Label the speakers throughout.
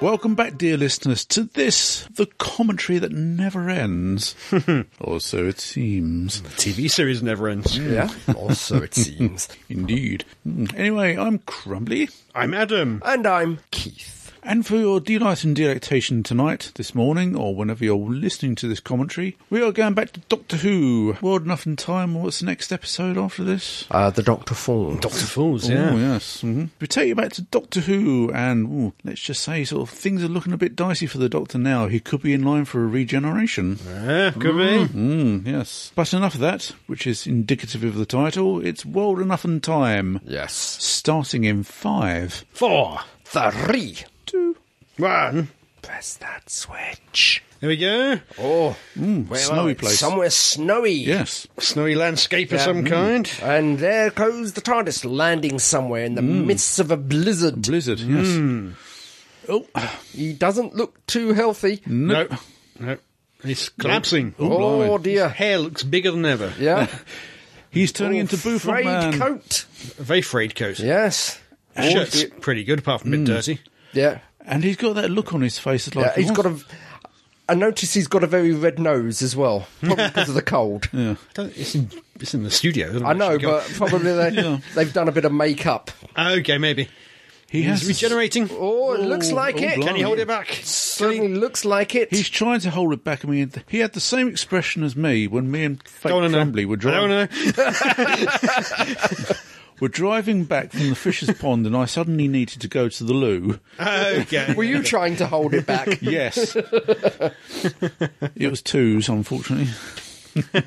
Speaker 1: Welcome back, dear listeners, to this, the commentary that never ends. or so it seems.
Speaker 2: TV series never ends.
Speaker 3: Yeah. Mm. Also, it seems.
Speaker 1: Indeed. Hmm. Anyway, I'm Crumbly.
Speaker 2: I'm Adam.
Speaker 3: And I'm Keith.
Speaker 1: And for your delight and delectation tonight, this morning, or whenever you're listening to this commentary, we are going back to Doctor Who. World Enough in Time, what's the next episode after this?
Speaker 3: Uh, the Doctor Falls.
Speaker 2: Doctor Fools,
Speaker 1: Oh, yes. hmm We take you back to Doctor Who, and ooh, let's just say, sort of, things are looking a bit dicey for the Doctor now. He could be in line for a regeneration.
Speaker 2: Yeah, could be.
Speaker 1: Mm, yes. But enough of that, which is indicative of the title. It's World Enough and Time,
Speaker 3: yes.
Speaker 1: starting in five.
Speaker 2: Four.
Speaker 3: Three.
Speaker 1: Two.
Speaker 2: One.
Speaker 3: Press that switch.
Speaker 2: There we go.
Speaker 3: Oh,
Speaker 1: snowy place.
Speaker 3: Somewhere snowy.
Speaker 1: Yes.
Speaker 2: Snowy landscape of
Speaker 3: Yeah. Mm.
Speaker 2: some kind.
Speaker 3: And there goes the TARDIS landing somewhere in the midst of a blizzard.
Speaker 1: Blizzard, yes.
Speaker 3: Hmm.
Speaker 1: Oh,
Speaker 3: He doesn't look too healthy.
Speaker 2: No. No. He's collapsing.
Speaker 3: Oh
Speaker 1: blimey.
Speaker 3: dear.
Speaker 2: Hair looks bigger than ever.
Speaker 3: Yeah.
Speaker 1: he's turning
Speaker 3: Oh,
Speaker 1: into Buford
Speaker 3: frayed
Speaker 1: Man.
Speaker 3: coat.
Speaker 2: Very frayed coat.
Speaker 3: Yes.
Speaker 2: Shirt's pretty good, apart
Speaker 3: Mm.
Speaker 2: from a bit dirty.
Speaker 3: Yeah.
Speaker 1: And he's got that look on his face. that's Like,
Speaker 3: yeah. He's
Speaker 1: "Oh,
Speaker 3: got a. I notice he's got a very red nose as well, probably because of the cold.
Speaker 2: I don't- It's in, it's in the studio. isn't it?
Speaker 3: I know,
Speaker 2: Actually, go-
Speaker 3: but probably they, they've done a bit of makeup.
Speaker 2: Okay, maybe.
Speaker 1: he has
Speaker 2: He's regenerating.
Speaker 3: Oh, it looks like
Speaker 1: oh,
Speaker 3: it.
Speaker 1: blimey.
Speaker 2: Can you hold it back?
Speaker 3: Certainly looks like it.
Speaker 1: He's trying to hold it back. I mean, he had the same expression as me when me and Fake
Speaker 2: Don't wanna know.
Speaker 1: Crumbly were
Speaker 2: I
Speaker 1: driving.
Speaker 2: don't know.
Speaker 1: We're driving back from the fisher's pond, and I suddenly needed to go to the loo.
Speaker 2: Okay.
Speaker 3: Were you trying to hold it back?
Speaker 1: Yes, it was twos, unfortunately. and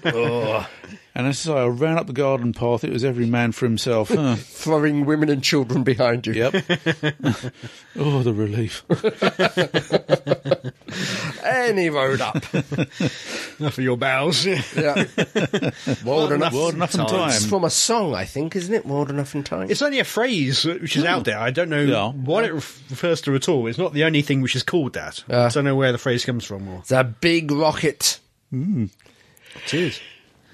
Speaker 1: as I say, I ran up the garden path. It was every man for himself. Huh.
Speaker 3: Throwing women and children behind you.
Speaker 1: Yep. oh, the relief.
Speaker 3: Any road up.
Speaker 2: Enough of your bowels.
Speaker 3: Yeah. World enough.
Speaker 1: World enough in
Speaker 2: Sometimes.
Speaker 1: time.
Speaker 3: It's from a song, I think, isn't it? World enough in time.
Speaker 2: It's only a phrase which is out there. I don't know
Speaker 1: Yeah.
Speaker 2: what it ref- refers to at all. It's not the only thing which is called that.
Speaker 3: Uh.
Speaker 2: I don't know where the phrase comes from. Or
Speaker 3: It's a big rocket.
Speaker 2: it is.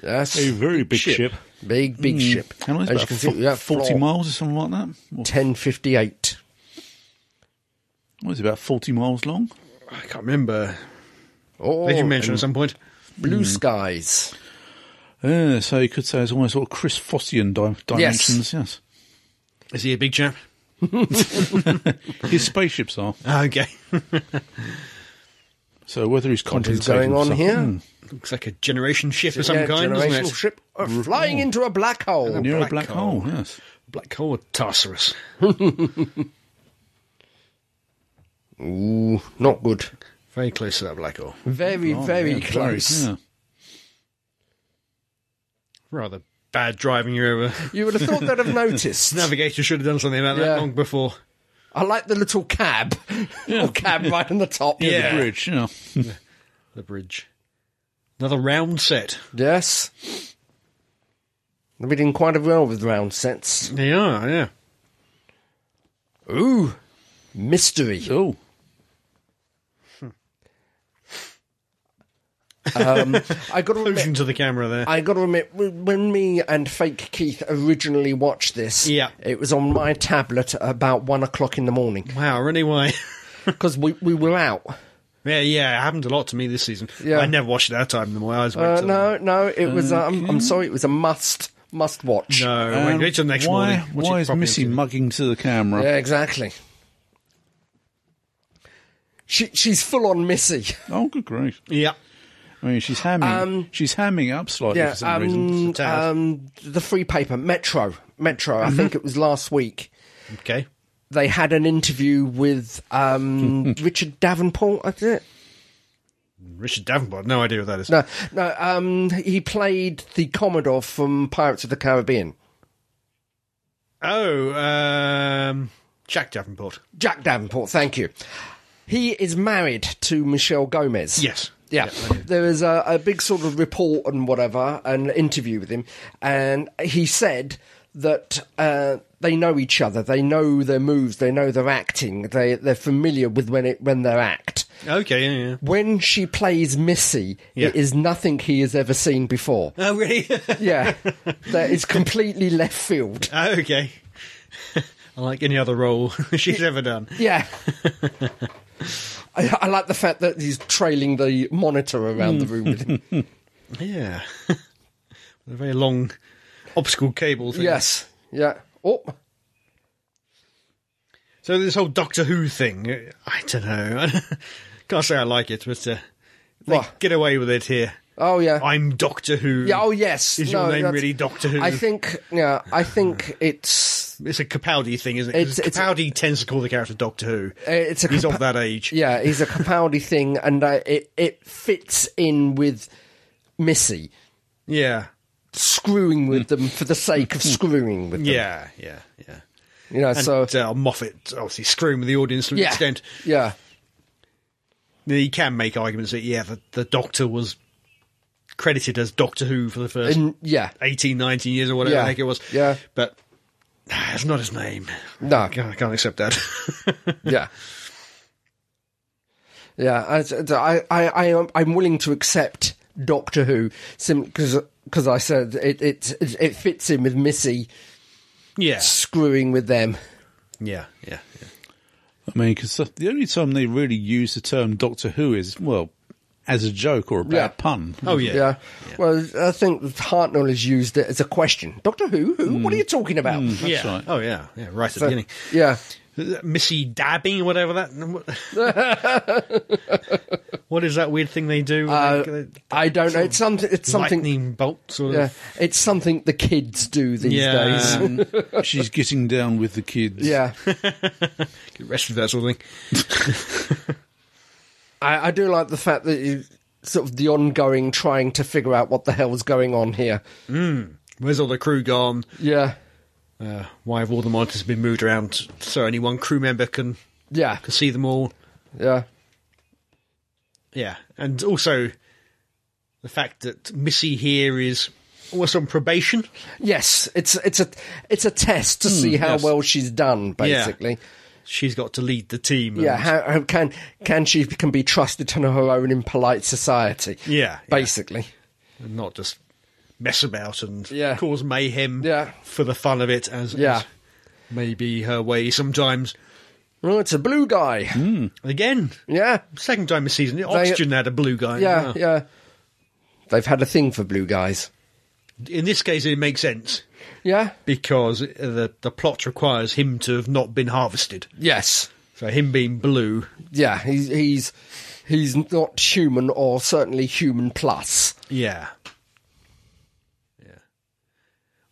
Speaker 3: Yes.
Speaker 1: A very big
Speaker 2: Ship.
Speaker 1: ship.
Speaker 3: Big, big ship.
Speaker 1: Mm. How long is it?
Speaker 3: As you
Speaker 1: About
Speaker 3: can
Speaker 1: fo-
Speaker 3: see, yeah,
Speaker 1: 40
Speaker 3: floor
Speaker 1: miles or something like that? Or-
Speaker 3: 1058.
Speaker 1: What is it, about 40 miles long?
Speaker 2: I can't remember.
Speaker 3: Oh,
Speaker 2: They did mention
Speaker 3: and
Speaker 2: at some point.
Speaker 3: blue skies.
Speaker 1: Yeah, so you could say it's almost sort of Chris Fossian di- dimensions, yes.
Speaker 2: Is he a big chap?
Speaker 1: His spaceships are.
Speaker 2: Ah, Okay.
Speaker 1: So whether he's
Speaker 3: is
Speaker 1: contemplating
Speaker 3: going on
Speaker 1: something-
Speaker 3: here?
Speaker 1: Hmm.
Speaker 2: Looks like a generation ship of some
Speaker 3: Yeah,
Speaker 2: kind, doesn't
Speaker 3: generational
Speaker 2: it? Oh,
Speaker 3: ship uh, flying into a black hole.
Speaker 1: Near a
Speaker 2: black
Speaker 1: black
Speaker 2: hole.
Speaker 1: hole. yes.
Speaker 2: Black hole Tartarus.
Speaker 3: Ooh, not good.
Speaker 2: Very close to that black hole.
Speaker 3: Very,
Speaker 1: Oh,
Speaker 3: very
Speaker 1: yeah,
Speaker 3: close.
Speaker 1: yeah.
Speaker 2: Rather bad driving you ever.
Speaker 3: You would have thought they'd have noticed.
Speaker 2: Navigator should have done something about
Speaker 3: Yeah.
Speaker 2: that long before.
Speaker 3: I like the little cab. little cab right on the top.
Speaker 1: Near
Speaker 2: Yeah.
Speaker 1: the bridge, yeah.
Speaker 2: The bridge. Another round set.
Speaker 3: Yes. They've been doing quite well with round sets.
Speaker 2: They are, yeah.
Speaker 3: Ooh. Mystery.
Speaker 1: Oh,
Speaker 3: Um, I got to
Speaker 2: Ocean
Speaker 3: admit,
Speaker 2: to the camera there.
Speaker 3: I got to admit, when when me and Fake Keith originally watched this,
Speaker 2: Yeah.
Speaker 3: it was on my tablet about one o'clock in the morning
Speaker 2: Wow, anyway.
Speaker 3: because we, we were out.
Speaker 2: Yeah, yeah, it happened a lot to me this season.
Speaker 3: Yeah.
Speaker 2: I never watched it that time. My eyes went
Speaker 3: Uh,
Speaker 2: to
Speaker 3: no, no, it was. Um, I'm sorry, it was a must must watch.
Speaker 2: no, I went
Speaker 1: and
Speaker 2: wait till the next
Speaker 1: Um, why,
Speaker 2: morning. Watch
Speaker 1: Why
Speaker 2: it
Speaker 1: is
Speaker 2: properly.
Speaker 1: Missy mugging to the camera?
Speaker 3: Yeah, exactly. She she's full on Missy.
Speaker 1: Oh, good grief.
Speaker 2: Yeah,
Speaker 1: I mean, she's hamming. she's hamming up slightly
Speaker 3: Um, Yeah,
Speaker 1: for some reason.
Speaker 3: um,
Speaker 2: It's a tad.
Speaker 3: um, the free paper, Metro, Metro. I think it was last week.
Speaker 2: okay.
Speaker 3: They had an interview with um, Richard Davenport. I think.
Speaker 2: Richard Davenport, no idea what that is.
Speaker 3: No, no. Um, he played the Commodore from Pirates of the Caribbean.
Speaker 2: Oh, um, Jack Davenport.
Speaker 3: Jack Davenport. Thank you. He is married to Michelle Gomez.
Speaker 2: Yes.
Speaker 3: Yeah, there was a, a big sort of report and whatever, an interview with him, and he said that uh, they know each other, they know their moves, they know their acting, they they're familiar with when it when they act.
Speaker 2: Okay, yeah, yeah.
Speaker 3: When she plays Missy,
Speaker 2: Yeah.
Speaker 3: it is nothing he has ever seen before.
Speaker 2: Oh, really?
Speaker 3: Yeah, that is completely left field.
Speaker 2: okay. Oh, I like any other role she's ever done.
Speaker 3: Yeah. I, I like the fact that he's trailing the monitor around the room with him.
Speaker 2: Yeah. With a very long obstacle cable thing.
Speaker 3: yes. Yeah. Oh,
Speaker 2: So this whole Doctor Who thing, uh, I don't know. Can't say I like it, but uh, they
Speaker 3: What?
Speaker 2: get away with it here.
Speaker 3: oh yeah.
Speaker 2: I'm Doctor Who.
Speaker 3: yeah. Oh yes.
Speaker 2: Is your
Speaker 3: No,
Speaker 2: name
Speaker 3: that's-
Speaker 2: really Doctor Who?
Speaker 3: I think. Yeah. I think it's
Speaker 2: it's a Capaldi thing, isn't it? 'Cause
Speaker 3: It's- it's-
Speaker 2: Capaldi tends to call the character Doctor Who.
Speaker 3: uh, it's a
Speaker 2: He's
Speaker 3: Capa-
Speaker 2: of that age.
Speaker 3: yeah. He's a Capaldi thing, and uh, it it fits in with Missy
Speaker 2: Yeah.
Speaker 3: screwing with them for the sake of screwing with them.
Speaker 2: Yeah. Yeah. Yeah.
Speaker 3: You know.
Speaker 2: And
Speaker 3: so
Speaker 2: uh, Moffat obviously screwing with the audience to an
Speaker 3: yeah.
Speaker 2: extent.
Speaker 3: Yeah.
Speaker 2: He can make arguments that yeah, the, the Doctor was credited as Doctor Who for the first
Speaker 3: And yeah.
Speaker 2: 18, 19 years or whatever
Speaker 3: Yeah.
Speaker 2: the heck it was.
Speaker 3: Yeah.
Speaker 2: But ah, it's not his name.
Speaker 3: No.
Speaker 2: I can't, I can't accept that.
Speaker 3: yeah. Yeah, I, I, I, I am, I'm willing to accept Doctor Who because because I said it, it it fits in with Missy
Speaker 2: yeah.
Speaker 3: screwing with them.
Speaker 2: Yeah. Yeah. yeah.
Speaker 1: I mean, because the only time they really use the term Doctor Who is, well, as a joke or a bad
Speaker 3: Yeah.
Speaker 1: pun.
Speaker 2: Oh, yeah.
Speaker 3: Yeah. Well, I think Hartnell has used it as a question. Doctor Who? Who? What are you talking about?
Speaker 1: That's
Speaker 2: Mm. yeah.
Speaker 1: right.
Speaker 2: Oh, yeah. Yeah. Right at
Speaker 3: So-
Speaker 2: the
Speaker 3: yeah.
Speaker 2: beginning. Missy dabbing, whatever that. what is that weird thing they do?
Speaker 3: Uh, I don't know. It's something. It's something.
Speaker 2: lightning bolt sort
Speaker 3: Yeah.
Speaker 2: of.
Speaker 3: It's something the kids do these
Speaker 2: Yeah.
Speaker 3: days.
Speaker 1: She's getting down with the kids.
Speaker 3: Yeah.
Speaker 2: Get rested that sort of thing.
Speaker 3: I, I do like the fact that you, sort of the ongoing trying to figure out what the hell's going on here.
Speaker 2: Where's all the crew gone?
Speaker 3: Yeah,
Speaker 2: Uh, why have all the monitors been moved around so only one crew member can,
Speaker 3: yeah,
Speaker 2: can see them all?
Speaker 3: yeah,
Speaker 2: Yeah, and also the fact that Missy here is almost on probation.
Speaker 3: yes. It's it's a it's a test to see how
Speaker 2: Hmm, yes.
Speaker 3: well she's done, basically.
Speaker 2: She's got to lead the team. and-
Speaker 3: Yeah, how, how can can she can be trusted to know her own in polite society?
Speaker 2: yeah, yeah,
Speaker 3: basically.
Speaker 2: and not just mess about and
Speaker 3: Yeah.
Speaker 2: cause mayhem.
Speaker 3: Yeah.
Speaker 2: for the fun of it, as
Speaker 3: Yeah.
Speaker 2: as may be her way sometimes.
Speaker 3: Oh, it's a blue guy.
Speaker 2: Hmm? Again,
Speaker 3: Yeah,
Speaker 2: second time this season, Oxygen had a blue guy.
Speaker 3: yeah,
Speaker 2: Wow.
Speaker 3: yeah. They've had a thing for blue guys.
Speaker 2: In this case, it makes sense
Speaker 3: Yeah.
Speaker 2: because the the plot requires him to have not been harvested.
Speaker 3: Yes.
Speaker 2: So him being blue,
Speaker 3: Yeah. He's he's he's not human, or certainly human plus.
Speaker 2: yeah, yeah.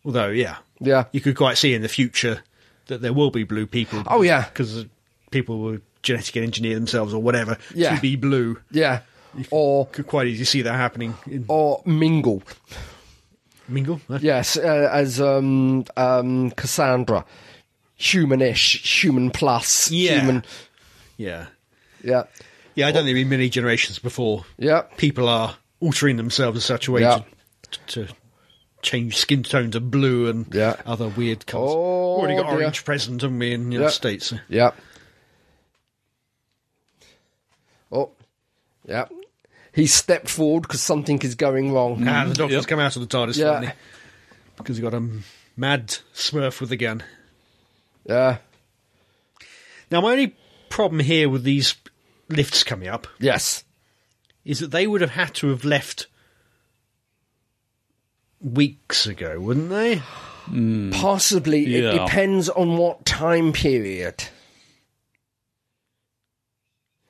Speaker 2: Although, yeah,
Speaker 3: Yeah.
Speaker 2: you could quite see in the future that there will be blue people.
Speaker 3: Oh, yeah.
Speaker 2: because people will genetically engineer themselves or whatever
Speaker 3: Yeah.
Speaker 2: to be blue.
Speaker 3: Yeah. Or
Speaker 2: Could quite easily see that happening. In
Speaker 3: or mingle.
Speaker 2: Mingle, huh?
Speaker 3: Yes, uh, as um um Cassandra, humanish, human plus,
Speaker 2: Yeah.
Speaker 3: human.
Speaker 2: yeah,
Speaker 3: Yeah.
Speaker 2: yeah. I don't think it'll be many generations before
Speaker 3: Yeah.
Speaker 2: people are altering themselves in such a way
Speaker 3: Yeah.
Speaker 2: to, to change skin tone to blue and
Speaker 3: Yeah.
Speaker 2: other weird colours.
Speaker 3: Oh,
Speaker 2: Already got
Speaker 3: dear.
Speaker 2: orange present, haven't we, in the
Speaker 3: Yeah.
Speaker 2: United States?
Speaker 3: Yeah. Oh. Yeah. He stepped forward because something is going wrong.
Speaker 2: Ah, the doctor's
Speaker 1: yep.
Speaker 2: come out of the TARDIS
Speaker 3: Mm, Yeah.
Speaker 2: finally because he got a m- mad smurf with a gun.
Speaker 3: Yeah.
Speaker 2: Now, my only problem here with these lifts coming up
Speaker 3: Yes.
Speaker 2: is that they would have had to have left weeks ago, wouldn't they?
Speaker 3: Possibly. It
Speaker 1: Yeah.
Speaker 3: depends on what time period.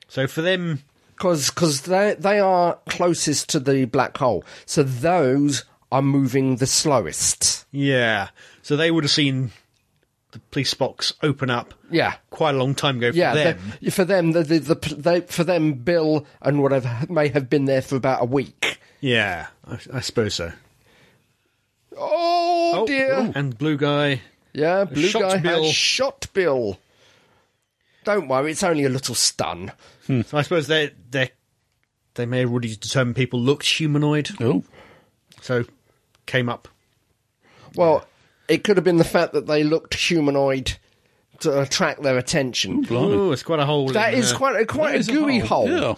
Speaker 2: So for them,
Speaker 3: Because they, they are closest to the black hole. So those are moving the slowest.
Speaker 2: yeah. So they would have seen the police box open up
Speaker 3: Yeah.
Speaker 2: quite a long time ago for
Speaker 3: Yeah,
Speaker 2: them.
Speaker 3: the- for them, the, the, the, they, for them, Bill and whatever may have been there for about a week.
Speaker 2: Yeah, I, I suppose so.
Speaker 3: Oh, dear!
Speaker 2: And blue guy.
Speaker 3: Yeah, blue
Speaker 2: Shot
Speaker 3: guy
Speaker 2: Bill.
Speaker 3: has shot Bill. Don't worry, it's only a little stun.
Speaker 2: So I suppose they they they may have already determined people looked humanoid,
Speaker 1: Oh,
Speaker 2: so came up.
Speaker 3: Well, it could have been the fact that they looked humanoid to attract their attention.
Speaker 1: blimey.
Speaker 2: Oh, it's quite a hole.
Speaker 3: That
Speaker 2: in,
Speaker 3: is
Speaker 2: uh,
Speaker 3: quite a,
Speaker 1: That
Speaker 3: quite
Speaker 1: is
Speaker 3: a gooey hole.
Speaker 1: Yeah.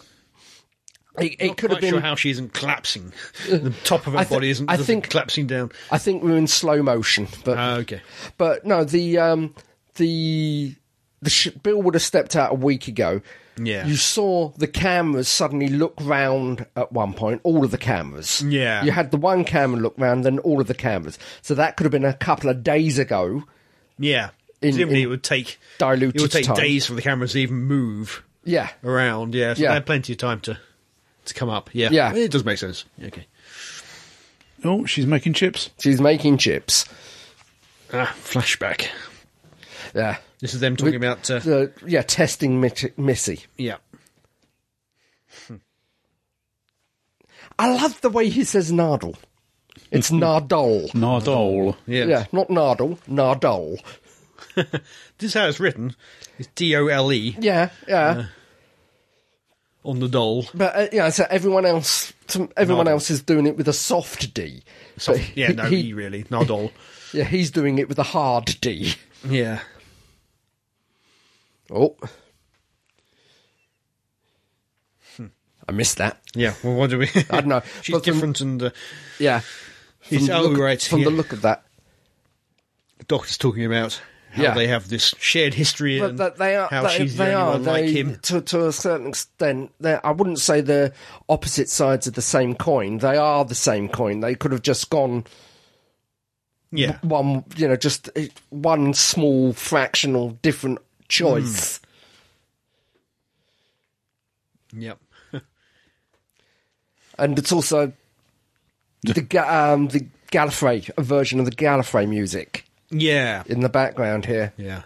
Speaker 3: It, it
Speaker 2: not
Speaker 3: could have
Speaker 2: quite
Speaker 3: been. Uh,
Speaker 2: sure how she isn't collapsing. the top of her
Speaker 3: I thi-
Speaker 2: body isn't.
Speaker 3: I
Speaker 2: doesn't
Speaker 3: think- Uh,
Speaker 2: collapsing down.
Speaker 3: I think we were in slow motion, but
Speaker 2: Ah, okay.
Speaker 3: but no, the um, the the sh- bill would have stepped out a week ago.
Speaker 2: Yeah.
Speaker 3: You saw the cameras suddenly look round at one point, all of the cameras.
Speaker 2: Yeah.
Speaker 3: You had the one camera look round, then all of the cameras. So that could have been a couple of days ago.
Speaker 2: Yeah.
Speaker 3: In-
Speaker 2: Presumably
Speaker 3: in
Speaker 2: it would take
Speaker 3: diluted
Speaker 2: It would take
Speaker 3: time.
Speaker 2: days for the cameras to even move
Speaker 3: Yeah.
Speaker 2: around. Yeah, so
Speaker 3: Yeah.
Speaker 2: they had plenty of time to to come up. Yeah,
Speaker 3: Yeah.
Speaker 2: it does make sense. Okay.
Speaker 1: Oh, she's making chips.
Speaker 3: She's making chips.
Speaker 2: Ah, flashback.
Speaker 3: Yeah.
Speaker 2: This is them talking about. Uh,
Speaker 3: The- yeah, testing Mit- Missy.
Speaker 2: yeah.
Speaker 3: I love the way he says Nardole. It's Nardole.
Speaker 1: Nardole.
Speaker 2: Yeah.
Speaker 3: Yeah, not Nardole, Nardole.
Speaker 2: This is how it's written. It's D O L E
Speaker 3: Yeah, yeah.
Speaker 2: on the doll.
Speaker 3: But uh, yeah, so everyone else, some, everyone
Speaker 2: Nardole.
Speaker 3: else is doing it with a soft D.
Speaker 2: So,
Speaker 3: But
Speaker 2: yeah,
Speaker 3: he-
Speaker 2: no,
Speaker 3: he-
Speaker 2: he really. Not doll.
Speaker 3: yeah, he's doing it with a hard D.
Speaker 2: Yeah.
Speaker 3: Oh, I missed that.
Speaker 2: Hmm. Yeah. Well, what do we.
Speaker 3: I don't know.
Speaker 2: She's
Speaker 3: But um, from-
Speaker 2: different, and uh,
Speaker 3: Yeah,
Speaker 2: He's-
Speaker 3: the
Speaker 2: oh,
Speaker 3: look,
Speaker 2: right,
Speaker 3: From
Speaker 2: yeah.
Speaker 3: the look of that,
Speaker 2: the doctor's talking about how
Speaker 3: Yeah.
Speaker 2: they have this shared history
Speaker 3: but
Speaker 2: and
Speaker 3: that they are.
Speaker 2: how
Speaker 3: they,
Speaker 2: she's
Speaker 3: they
Speaker 2: the only
Speaker 3: are.
Speaker 2: one
Speaker 3: They,
Speaker 2: like him.
Speaker 3: to to a certain extent, they I wouldn't say they're opposite sides of the same coin. They are the same coin. They could have just gone
Speaker 2: Yeah.
Speaker 3: one, you know, just uh, one small fractional different choice.
Speaker 2: Yep.
Speaker 3: and it's also the Ga- um, the Gallifrey a version of the Gallifrey music
Speaker 2: Yeah.
Speaker 3: in the background here.
Speaker 2: Yeah.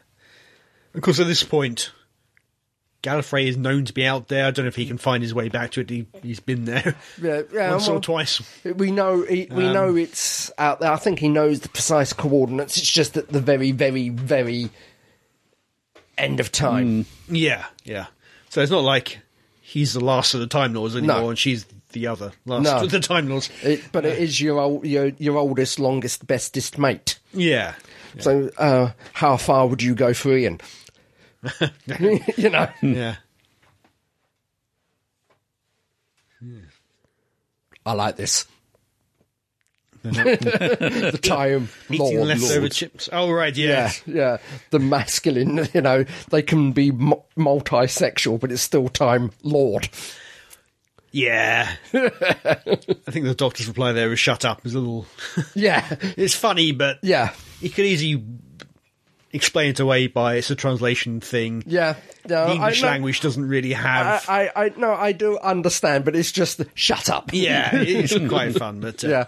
Speaker 2: Of course, at this point, Gallifrey is known to be out there. I don't know if he can find his way back to it. He, he's been there
Speaker 3: Yeah, yeah,
Speaker 2: once
Speaker 3: well,
Speaker 2: or twice.
Speaker 3: we know he, we know it's out there. I think he knows the precise coordinates. It's just at the very, very, very end of time.
Speaker 2: Yeah, yeah. So it's not like he's the last of the Time Lords anymore, and she's the other last
Speaker 3: No.
Speaker 2: of the Time Lords.
Speaker 3: It, but it is your, old, your your oldest, longest, bestest mate.
Speaker 2: Yeah,
Speaker 3: So, uh, how far would you go for Ian? you know,
Speaker 2: yeah.
Speaker 3: I like this. the time
Speaker 2: Eating
Speaker 3: lord,
Speaker 2: leftover
Speaker 3: lord.
Speaker 2: chips. Oh right,
Speaker 3: Yeah,
Speaker 2: yeah.
Speaker 3: yeah. The masculine, you know, they can be mu- multi-sexual, but it's still time lord.
Speaker 2: yeah, I think the doctor's reply there is "shut up." Is a little.
Speaker 3: Yeah,
Speaker 2: it's funny, but
Speaker 3: yeah,
Speaker 2: he could easily explain it away by it's a translation thing.
Speaker 3: yeah. No,
Speaker 2: The English
Speaker 3: Uh, I, no,
Speaker 2: language doesn't really
Speaker 3: I,
Speaker 2: have.
Speaker 3: I, I, no, I do understand, but it's just the, shut up.
Speaker 2: yeah, it's quite fun, but uh,
Speaker 3: yeah,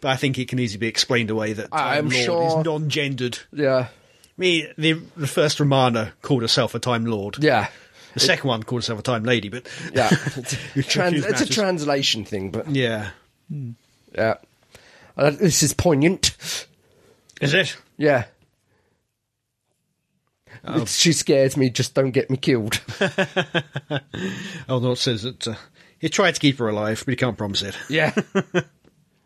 Speaker 2: but I think it can easily be explained away that Time
Speaker 3: I'm
Speaker 2: Lord
Speaker 3: sure-
Speaker 2: is non-gendered.
Speaker 3: yeah,
Speaker 2: Me, the, the first Romana called herself a Time Lord.
Speaker 3: yeah,
Speaker 2: The second one called herself a Time Lady, but
Speaker 3: yeah.
Speaker 2: You
Speaker 3: Trans-
Speaker 2: confuse
Speaker 3: it's a
Speaker 2: matters.
Speaker 3: translation thing, but
Speaker 2: yeah,
Speaker 3: yeah, uh, this is poignant.
Speaker 2: is it?
Speaker 3: Yeah. It's- She scares me. Just don't get me killed.
Speaker 2: Oh no, it says that uh, he tried to keep her alive, but he can't promise it.
Speaker 3: Yeah.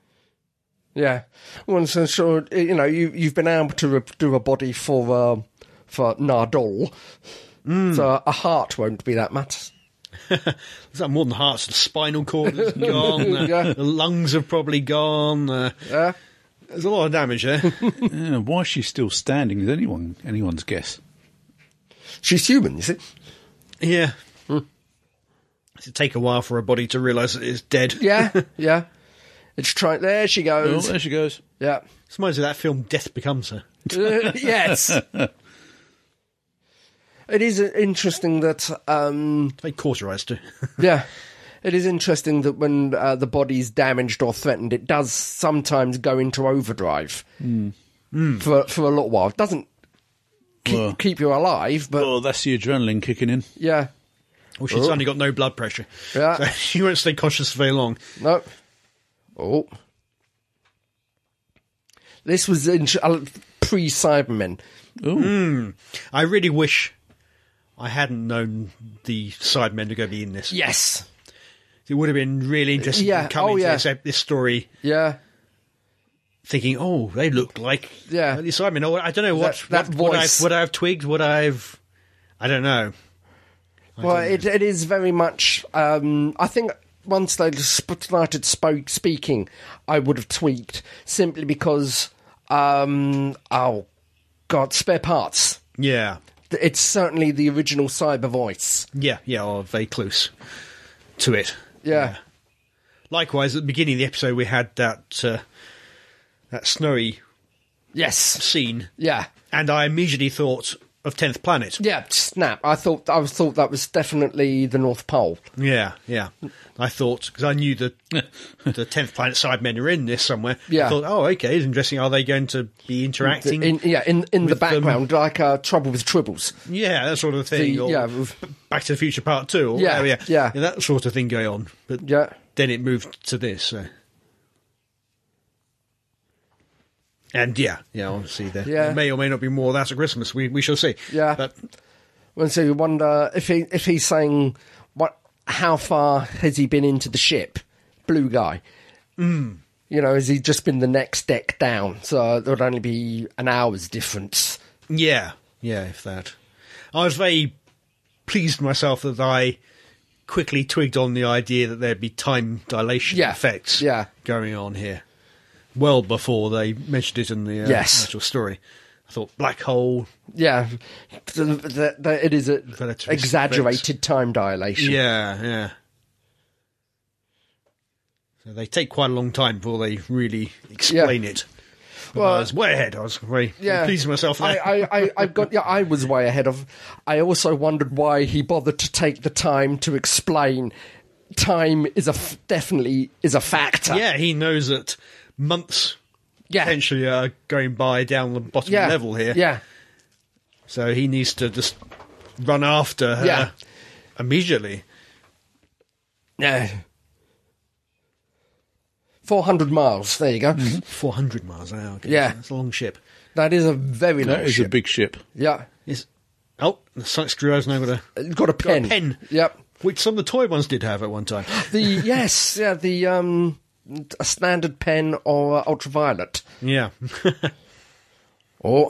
Speaker 3: yeah. Well, so, so you know, you you've been able to re- do a body for um, for Nardole, so a heart won't be that much.
Speaker 2: Is that more than hearts? The spinal cord is gone. uh,
Speaker 3: Yeah.
Speaker 2: The lungs have probably gone. Uh,
Speaker 3: Yeah.
Speaker 2: there's a lot of damage there.
Speaker 1: Yeah, why she's still standing is anyone anyone's guess.
Speaker 3: She's human, you see.
Speaker 2: yeah,
Speaker 3: Hmm.
Speaker 2: it take a while for a body to realise that it's dead.
Speaker 3: Yeah. yeah. It's trying. There she
Speaker 1: Oh,
Speaker 3: goes.
Speaker 1: there she goes.
Speaker 3: Yeah.
Speaker 2: This reminds me of that film Death Becomes Her.
Speaker 3: Uh, yes. It is uh, interesting that um,
Speaker 2: They cauterised her.
Speaker 3: Yeah. It is interesting that when uh, the body's damaged or threatened, it does sometimes go into overdrive for for a little while. It doesn't keep,
Speaker 1: Well.
Speaker 3: keep you alive, but
Speaker 1: Oh, that's the adrenaline kicking in.
Speaker 3: yeah,
Speaker 2: well, she's suddenly got no blood pressure.
Speaker 3: Oh. Yeah.
Speaker 2: So she won't stay conscious for very long.
Speaker 3: no. Oh, this was in, uh, pre Cybermen.
Speaker 2: I really wish I hadn't known the Sidemen were going to be in this.
Speaker 3: Yes,
Speaker 2: It would have been really interesting
Speaker 3: Yeah,
Speaker 2: to come
Speaker 3: oh,
Speaker 2: into
Speaker 3: yeah.
Speaker 2: this, ep- this story
Speaker 3: yeah,
Speaker 2: thinking, oh, they look like
Speaker 3: Yeah.
Speaker 2: the Sidemen. Or I don't know what
Speaker 3: That- that
Speaker 2: what, what
Speaker 3: voice.
Speaker 2: I've, what I've twigged, what I've I don't know.
Speaker 3: Well, it, it is very much. Um, I think once they sp- started spoke, speaking, I would have tweaked simply because. Um, oh, God, spare parts.
Speaker 2: Yeah.
Speaker 3: It's certainly the original cyber voice.
Speaker 2: Yeah, yeah, or very close to it.
Speaker 3: Yeah.
Speaker 2: Likewise, at the beginning of the episode, we had that uh, that snowy
Speaker 3: Yes.
Speaker 2: scene,
Speaker 3: Yeah.
Speaker 2: and I immediately thought of Tenth Planet.
Speaker 3: Yeah. Snap. I thought I was thought that was definitely the North Pole.
Speaker 2: Yeah, yeah. I thought because I knew the the Tenth Planet Sidemen are in this somewhere.
Speaker 3: Yeah.
Speaker 2: I thought, oh, okay, it's interesting. Are they going to be interacting?
Speaker 3: In, yeah, in, in the
Speaker 2: With them.
Speaker 3: background, like uh, Trouble with Tribbles.
Speaker 2: yeah, that sort of thing.
Speaker 3: The-
Speaker 2: or
Speaker 3: yeah, with-
Speaker 2: Back to the Future Part Two. Or
Speaker 3: Yeah,
Speaker 2: whatever,
Speaker 3: yeah.
Speaker 2: that sort of thing going on. But
Speaker 3: Yeah.
Speaker 2: then it moved to this. So. And yeah, yeah, obviously there,
Speaker 3: Yeah.
Speaker 2: there may or may not be more of that at Christmas. We we shall see.
Speaker 3: Yeah.
Speaker 2: but
Speaker 3: And so you wonder if he if he's saying what how far has he been into the ship, blue guy.
Speaker 2: Hmm.
Speaker 3: You know, has he just been the next deck down? So there would only be an hour's difference.
Speaker 2: Yeah, yeah, if that. I was very pleased with myself that I quickly twigged on the idea that there'd be time dilation
Speaker 3: Yeah,
Speaker 2: effects
Speaker 3: yeah.
Speaker 2: going on here. Well before they mentioned it in the uh,
Speaker 3: Yes.
Speaker 2: actual story. I thought black hole.
Speaker 3: Yeah, The- the- the- it is a
Speaker 2: Relativist
Speaker 3: exaggerated time dilation.
Speaker 2: Yeah, yeah. So they take quite a long time before they really explain it. But
Speaker 3: Well-
Speaker 2: I was way ahead. I was very
Speaker 3: Yeah.
Speaker 2: pleased with myself
Speaker 3: I,
Speaker 2: there.
Speaker 3: I, I, I've got. Yeah, I was way ahead of. I also wondered why he bothered to take the time to explain. Time is a f- definitely is a factor.
Speaker 2: yeah, he knows that months
Speaker 3: yeah,
Speaker 2: potentially are going by down the bottom
Speaker 3: yeah.
Speaker 2: level here.
Speaker 3: Yeah,
Speaker 2: So he needs to just run after her
Speaker 3: Yeah.
Speaker 2: immediately.
Speaker 3: yeah. Four hundred miles. There you go.
Speaker 2: Mm-hmm. 400 miles an hour. okay,
Speaker 3: Yeah.
Speaker 2: That's a long ship.
Speaker 3: That is a very
Speaker 1: That
Speaker 3: long
Speaker 1: is a
Speaker 3: ship.
Speaker 1: big ship.
Speaker 3: yeah,
Speaker 2: It's, oh, the sonic screw has now got a.
Speaker 3: It's got a pen.
Speaker 2: pen.
Speaker 3: Yep.
Speaker 2: Which some of the toy ones did have at one time.
Speaker 3: The yes, yeah, the um, a standard pen or uh, ultraviolet.
Speaker 2: Yeah.
Speaker 3: Oh.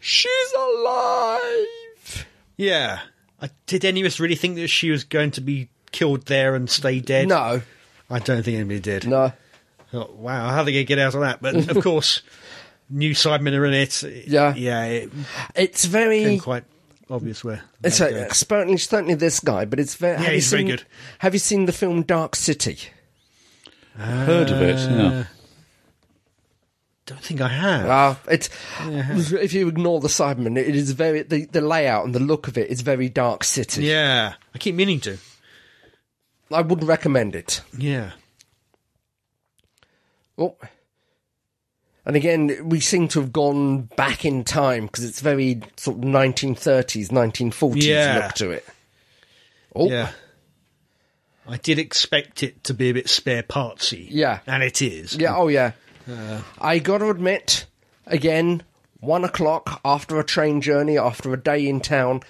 Speaker 3: She's alive!
Speaker 2: yeah. I, did any of us really think that she was going to be killed there and stay dead?
Speaker 3: No,
Speaker 2: I don't think anybody did.
Speaker 3: no.
Speaker 2: Thought, wow, how are they going to get out of that? But of course, new Sidemen are in it.
Speaker 3: Yeah.
Speaker 2: Yeah, it
Speaker 3: It's
Speaker 2: became
Speaker 3: very.
Speaker 2: quite obvious where.
Speaker 3: It's
Speaker 2: that
Speaker 3: a,
Speaker 2: goes.
Speaker 3: certainly, certainly this guy, but it's very. have you
Speaker 2: he's very
Speaker 3: seen-
Speaker 2: good.
Speaker 3: Have you seen the film Dark City?
Speaker 1: Heard of it? Yeah.
Speaker 2: Don't think I have.
Speaker 3: Uh, it's if you ignore the Cybermen, it is very the, the layout and the look of it is very Dark City.
Speaker 2: Yeah, I keep meaning to.
Speaker 3: I wouldn't recommend it.
Speaker 2: Yeah,
Speaker 3: Oh. And again, we seem to have gone back in time because it's very sort of 1930s, 1940s
Speaker 2: Yeah.
Speaker 3: look to it. Oh,
Speaker 2: yeah. I did expect it to be a bit spare partsy.
Speaker 3: Yeah.
Speaker 2: and it is.
Speaker 3: Yeah, oh yeah. I gotta admit, again, one o'clock after a train journey, after a day in town,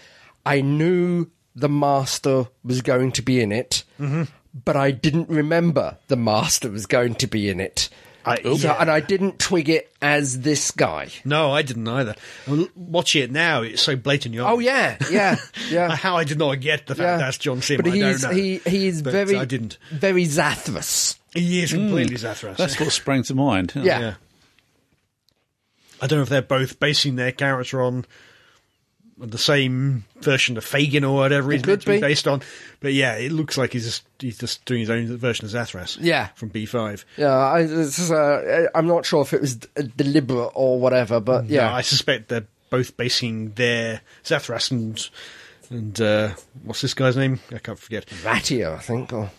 Speaker 3: I knew the master was going to be in it,
Speaker 2: Mm-hmm.
Speaker 3: but I didn't remember the master was going to be in it.
Speaker 2: I,
Speaker 3: So,
Speaker 2: yeah.
Speaker 3: and I didn't twig it as this guy.
Speaker 2: no, I didn't either. Well, l- Watching it now, it's so blatantly
Speaker 3: Oh
Speaker 2: obvious.
Speaker 3: yeah, yeah, yeah.
Speaker 2: How I did not get the fact
Speaker 3: yeah.
Speaker 2: that's John Sim.
Speaker 3: But
Speaker 2: I
Speaker 3: he's
Speaker 2: don't know.
Speaker 3: he he is
Speaker 2: But
Speaker 3: very
Speaker 2: I didn't.
Speaker 3: very Zathras.
Speaker 2: He is completely Zathras.
Speaker 1: That's what sprang to mind. huh?
Speaker 3: Yeah.
Speaker 2: yeah. I don't know if they're both basing their character on the same version of Fagin or whatever he's
Speaker 3: could
Speaker 2: meant to be.
Speaker 3: be.
Speaker 2: based on. But yeah, it looks like he's just he's just doing his own version of Zathras.
Speaker 3: Yeah.
Speaker 2: From B five.
Speaker 3: Yeah, I, this is, uh, I'm not sure if it was d- deliberate or whatever, but yeah,
Speaker 2: I suspect they're both basing their Zathras and and uh, what's this guy's name? I can't forget.
Speaker 3: Ratio, I think. Or,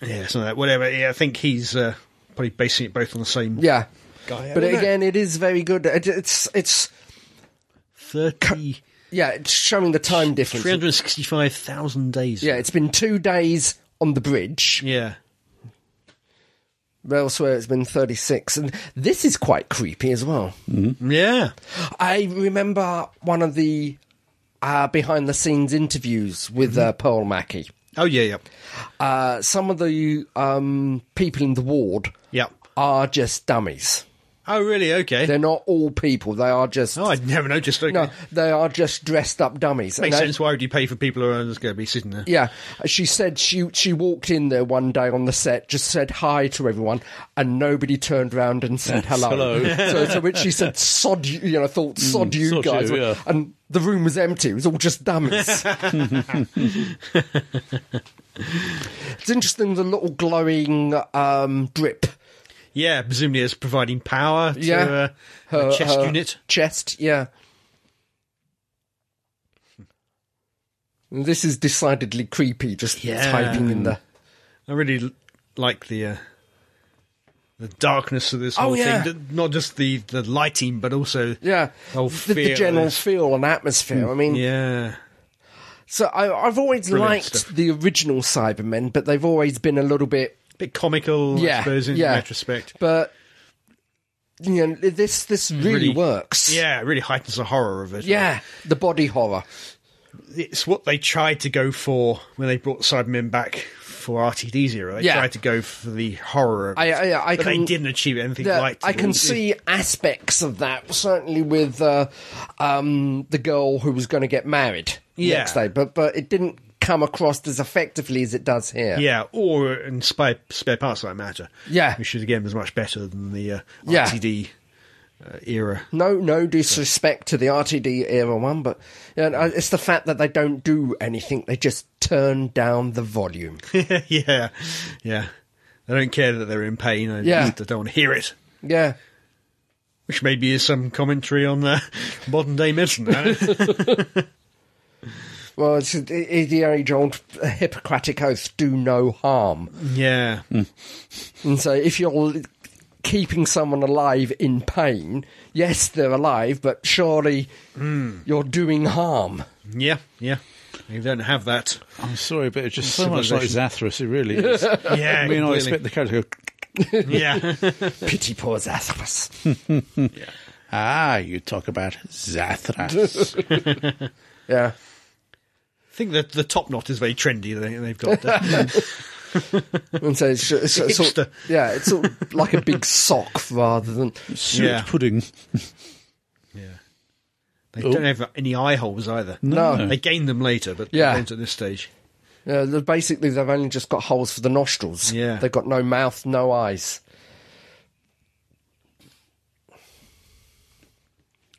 Speaker 2: Yeah, something like that. Whatever. Yeah, I think he's uh, probably basing it both on the same
Speaker 3: yeah,
Speaker 2: guy. I
Speaker 3: but
Speaker 2: don't know.
Speaker 3: again, it is very good. It, it's it's
Speaker 2: thirty
Speaker 3: yeah, it's showing the time difference.
Speaker 2: three hundred sixty five thousand days.
Speaker 3: Yeah, it's been two days on the bridge.
Speaker 2: Yeah.
Speaker 3: Elsewhere, it's been 36, and this is quite creepy as well.
Speaker 2: Yeah.
Speaker 3: I remember one of the uh, behind the scenes interviews with
Speaker 2: Mm-hmm.
Speaker 3: uh, Pearl Mackey.
Speaker 2: Oh yeah, yeah.
Speaker 3: Uh, some of the um, people in the ward
Speaker 2: Yeah.
Speaker 3: are just dummies.
Speaker 2: Oh, really? Okay.
Speaker 3: They're not all people. They are just
Speaker 2: oh, I never noticed. Okay.
Speaker 3: no. They are just dressed up dummies.
Speaker 2: Makes
Speaker 3: And they-
Speaker 2: sense. Why would you pay for people who are just going to be sitting there?
Speaker 3: Yeah, she said she she walked in there one day on the set, just said hi to everyone, and nobody turned around and said hello.
Speaker 1: hello.
Speaker 3: so, so which she said sod you, you know, thought sod you
Speaker 1: sod
Speaker 3: guys,
Speaker 1: you, yeah.
Speaker 3: and the room was empty. It was all just dummies. it's interesting the little glowing um, drip.
Speaker 2: Yeah, presumably it's providing power to
Speaker 3: Yeah.
Speaker 2: uh,
Speaker 3: Her-
Speaker 2: a chest
Speaker 3: her
Speaker 2: unit.
Speaker 3: Chest, yeah. This is decidedly creepy. Just
Speaker 2: Yeah.
Speaker 3: typing in the.
Speaker 2: I really l- like the uh, the darkness of this whole
Speaker 3: Oh, yeah.
Speaker 2: thing. Th- Not just the, the lighting, but also
Speaker 3: Yeah,
Speaker 2: whole
Speaker 3: the, the
Speaker 2: feel
Speaker 3: general
Speaker 2: is-
Speaker 3: feel and atmosphere. I mean,
Speaker 2: yeah,
Speaker 3: so I, I've always
Speaker 2: Brilliant
Speaker 3: liked
Speaker 2: stuff.
Speaker 3: the original Cybermen, but they've always been a little bit,
Speaker 2: bit comical.
Speaker 3: yeah,
Speaker 2: I suppose in
Speaker 3: yeah.
Speaker 2: retrospect,
Speaker 3: But you know, this this really,
Speaker 2: Really-
Speaker 3: works.
Speaker 2: yeah, it really heightens the horror of it.
Speaker 3: yeah, the body horror.
Speaker 2: it's what they tried to go for when they brought Cybermen back for RTD's era. They
Speaker 3: Yeah.
Speaker 2: tried to go for the horror. Of
Speaker 3: I-
Speaker 2: it,
Speaker 3: I- I
Speaker 2: but
Speaker 3: can-
Speaker 2: they didn't achieve anything
Speaker 3: Yeah,
Speaker 2: like.
Speaker 3: I can see aspects of that certainly with uh, um, the girl who was going to get married
Speaker 2: Yeah.
Speaker 3: next day, but but it didn't come across as effectively as it does here.
Speaker 2: Yeah, or in spare, spare parts like matter.
Speaker 3: Yeah.
Speaker 2: which is again was much better than the uh,
Speaker 3: Yeah.
Speaker 2: RTD uh, era.
Speaker 3: No, no disrespect to the RTD era one, but you know, it's the fact that they don't do anything; they just turn down the volume.
Speaker 2: yeah, yeah. They don't care that they're in pain. I
Speaker 3: Yeah.
Speaker 2: yeah. just don't want to hear it.
Speaker 3: yeah,
Speaker 2: Which maybe is some commentary on uh, modern day medicine. I don't know.
Speaker 3: well, it's it- it- the age-old Hippocratic oath: "Do no harm."
Speaker 2: yeah,
Speaker 3: Hmm. And so, if you're keeping someone alive in pain, yes, they're alive, but surely you're doing harm.
Speaker 2: yeah, yeah. You don't have that.
Speaker 1: I'm sorry, but it's just so much like Zathras. It really is.
Speaker 2: Yeah,
Speaker 1: I mean, I
Speaker 2: completely.
Speaker 1: expect the character to go,
Speaker 2: yeah.
Speaker 3: Pity poor Zathras.
Speaker 1: ah, you talk about Zathras.
Speaker 3: yeah.
Speaker 2: I think that the top knot is very trendy. They, they've got uh,
Speaker 3: And so it's, it's, it's sort
Speaker 2: Hipster.
Speaker 3: yeah, it's sort of like a big sock rather than
Speaker 1: Suet
Speaker 2: Yeah.
Speaker 1: pudding.
Speaker 2: they don't have any eye holes either.
Speaker 3: no.
Speaker 2: They gain them later, but
Speaker 3: Yeah.
Speaker 2: yeah. not at this stage.
Speaker 3: Yeah, they're- Uh, basically, they've only just got holes for the nostrils.
Speaker 2: Yeah.
Speaker 3: They've got no mouth, no eyes.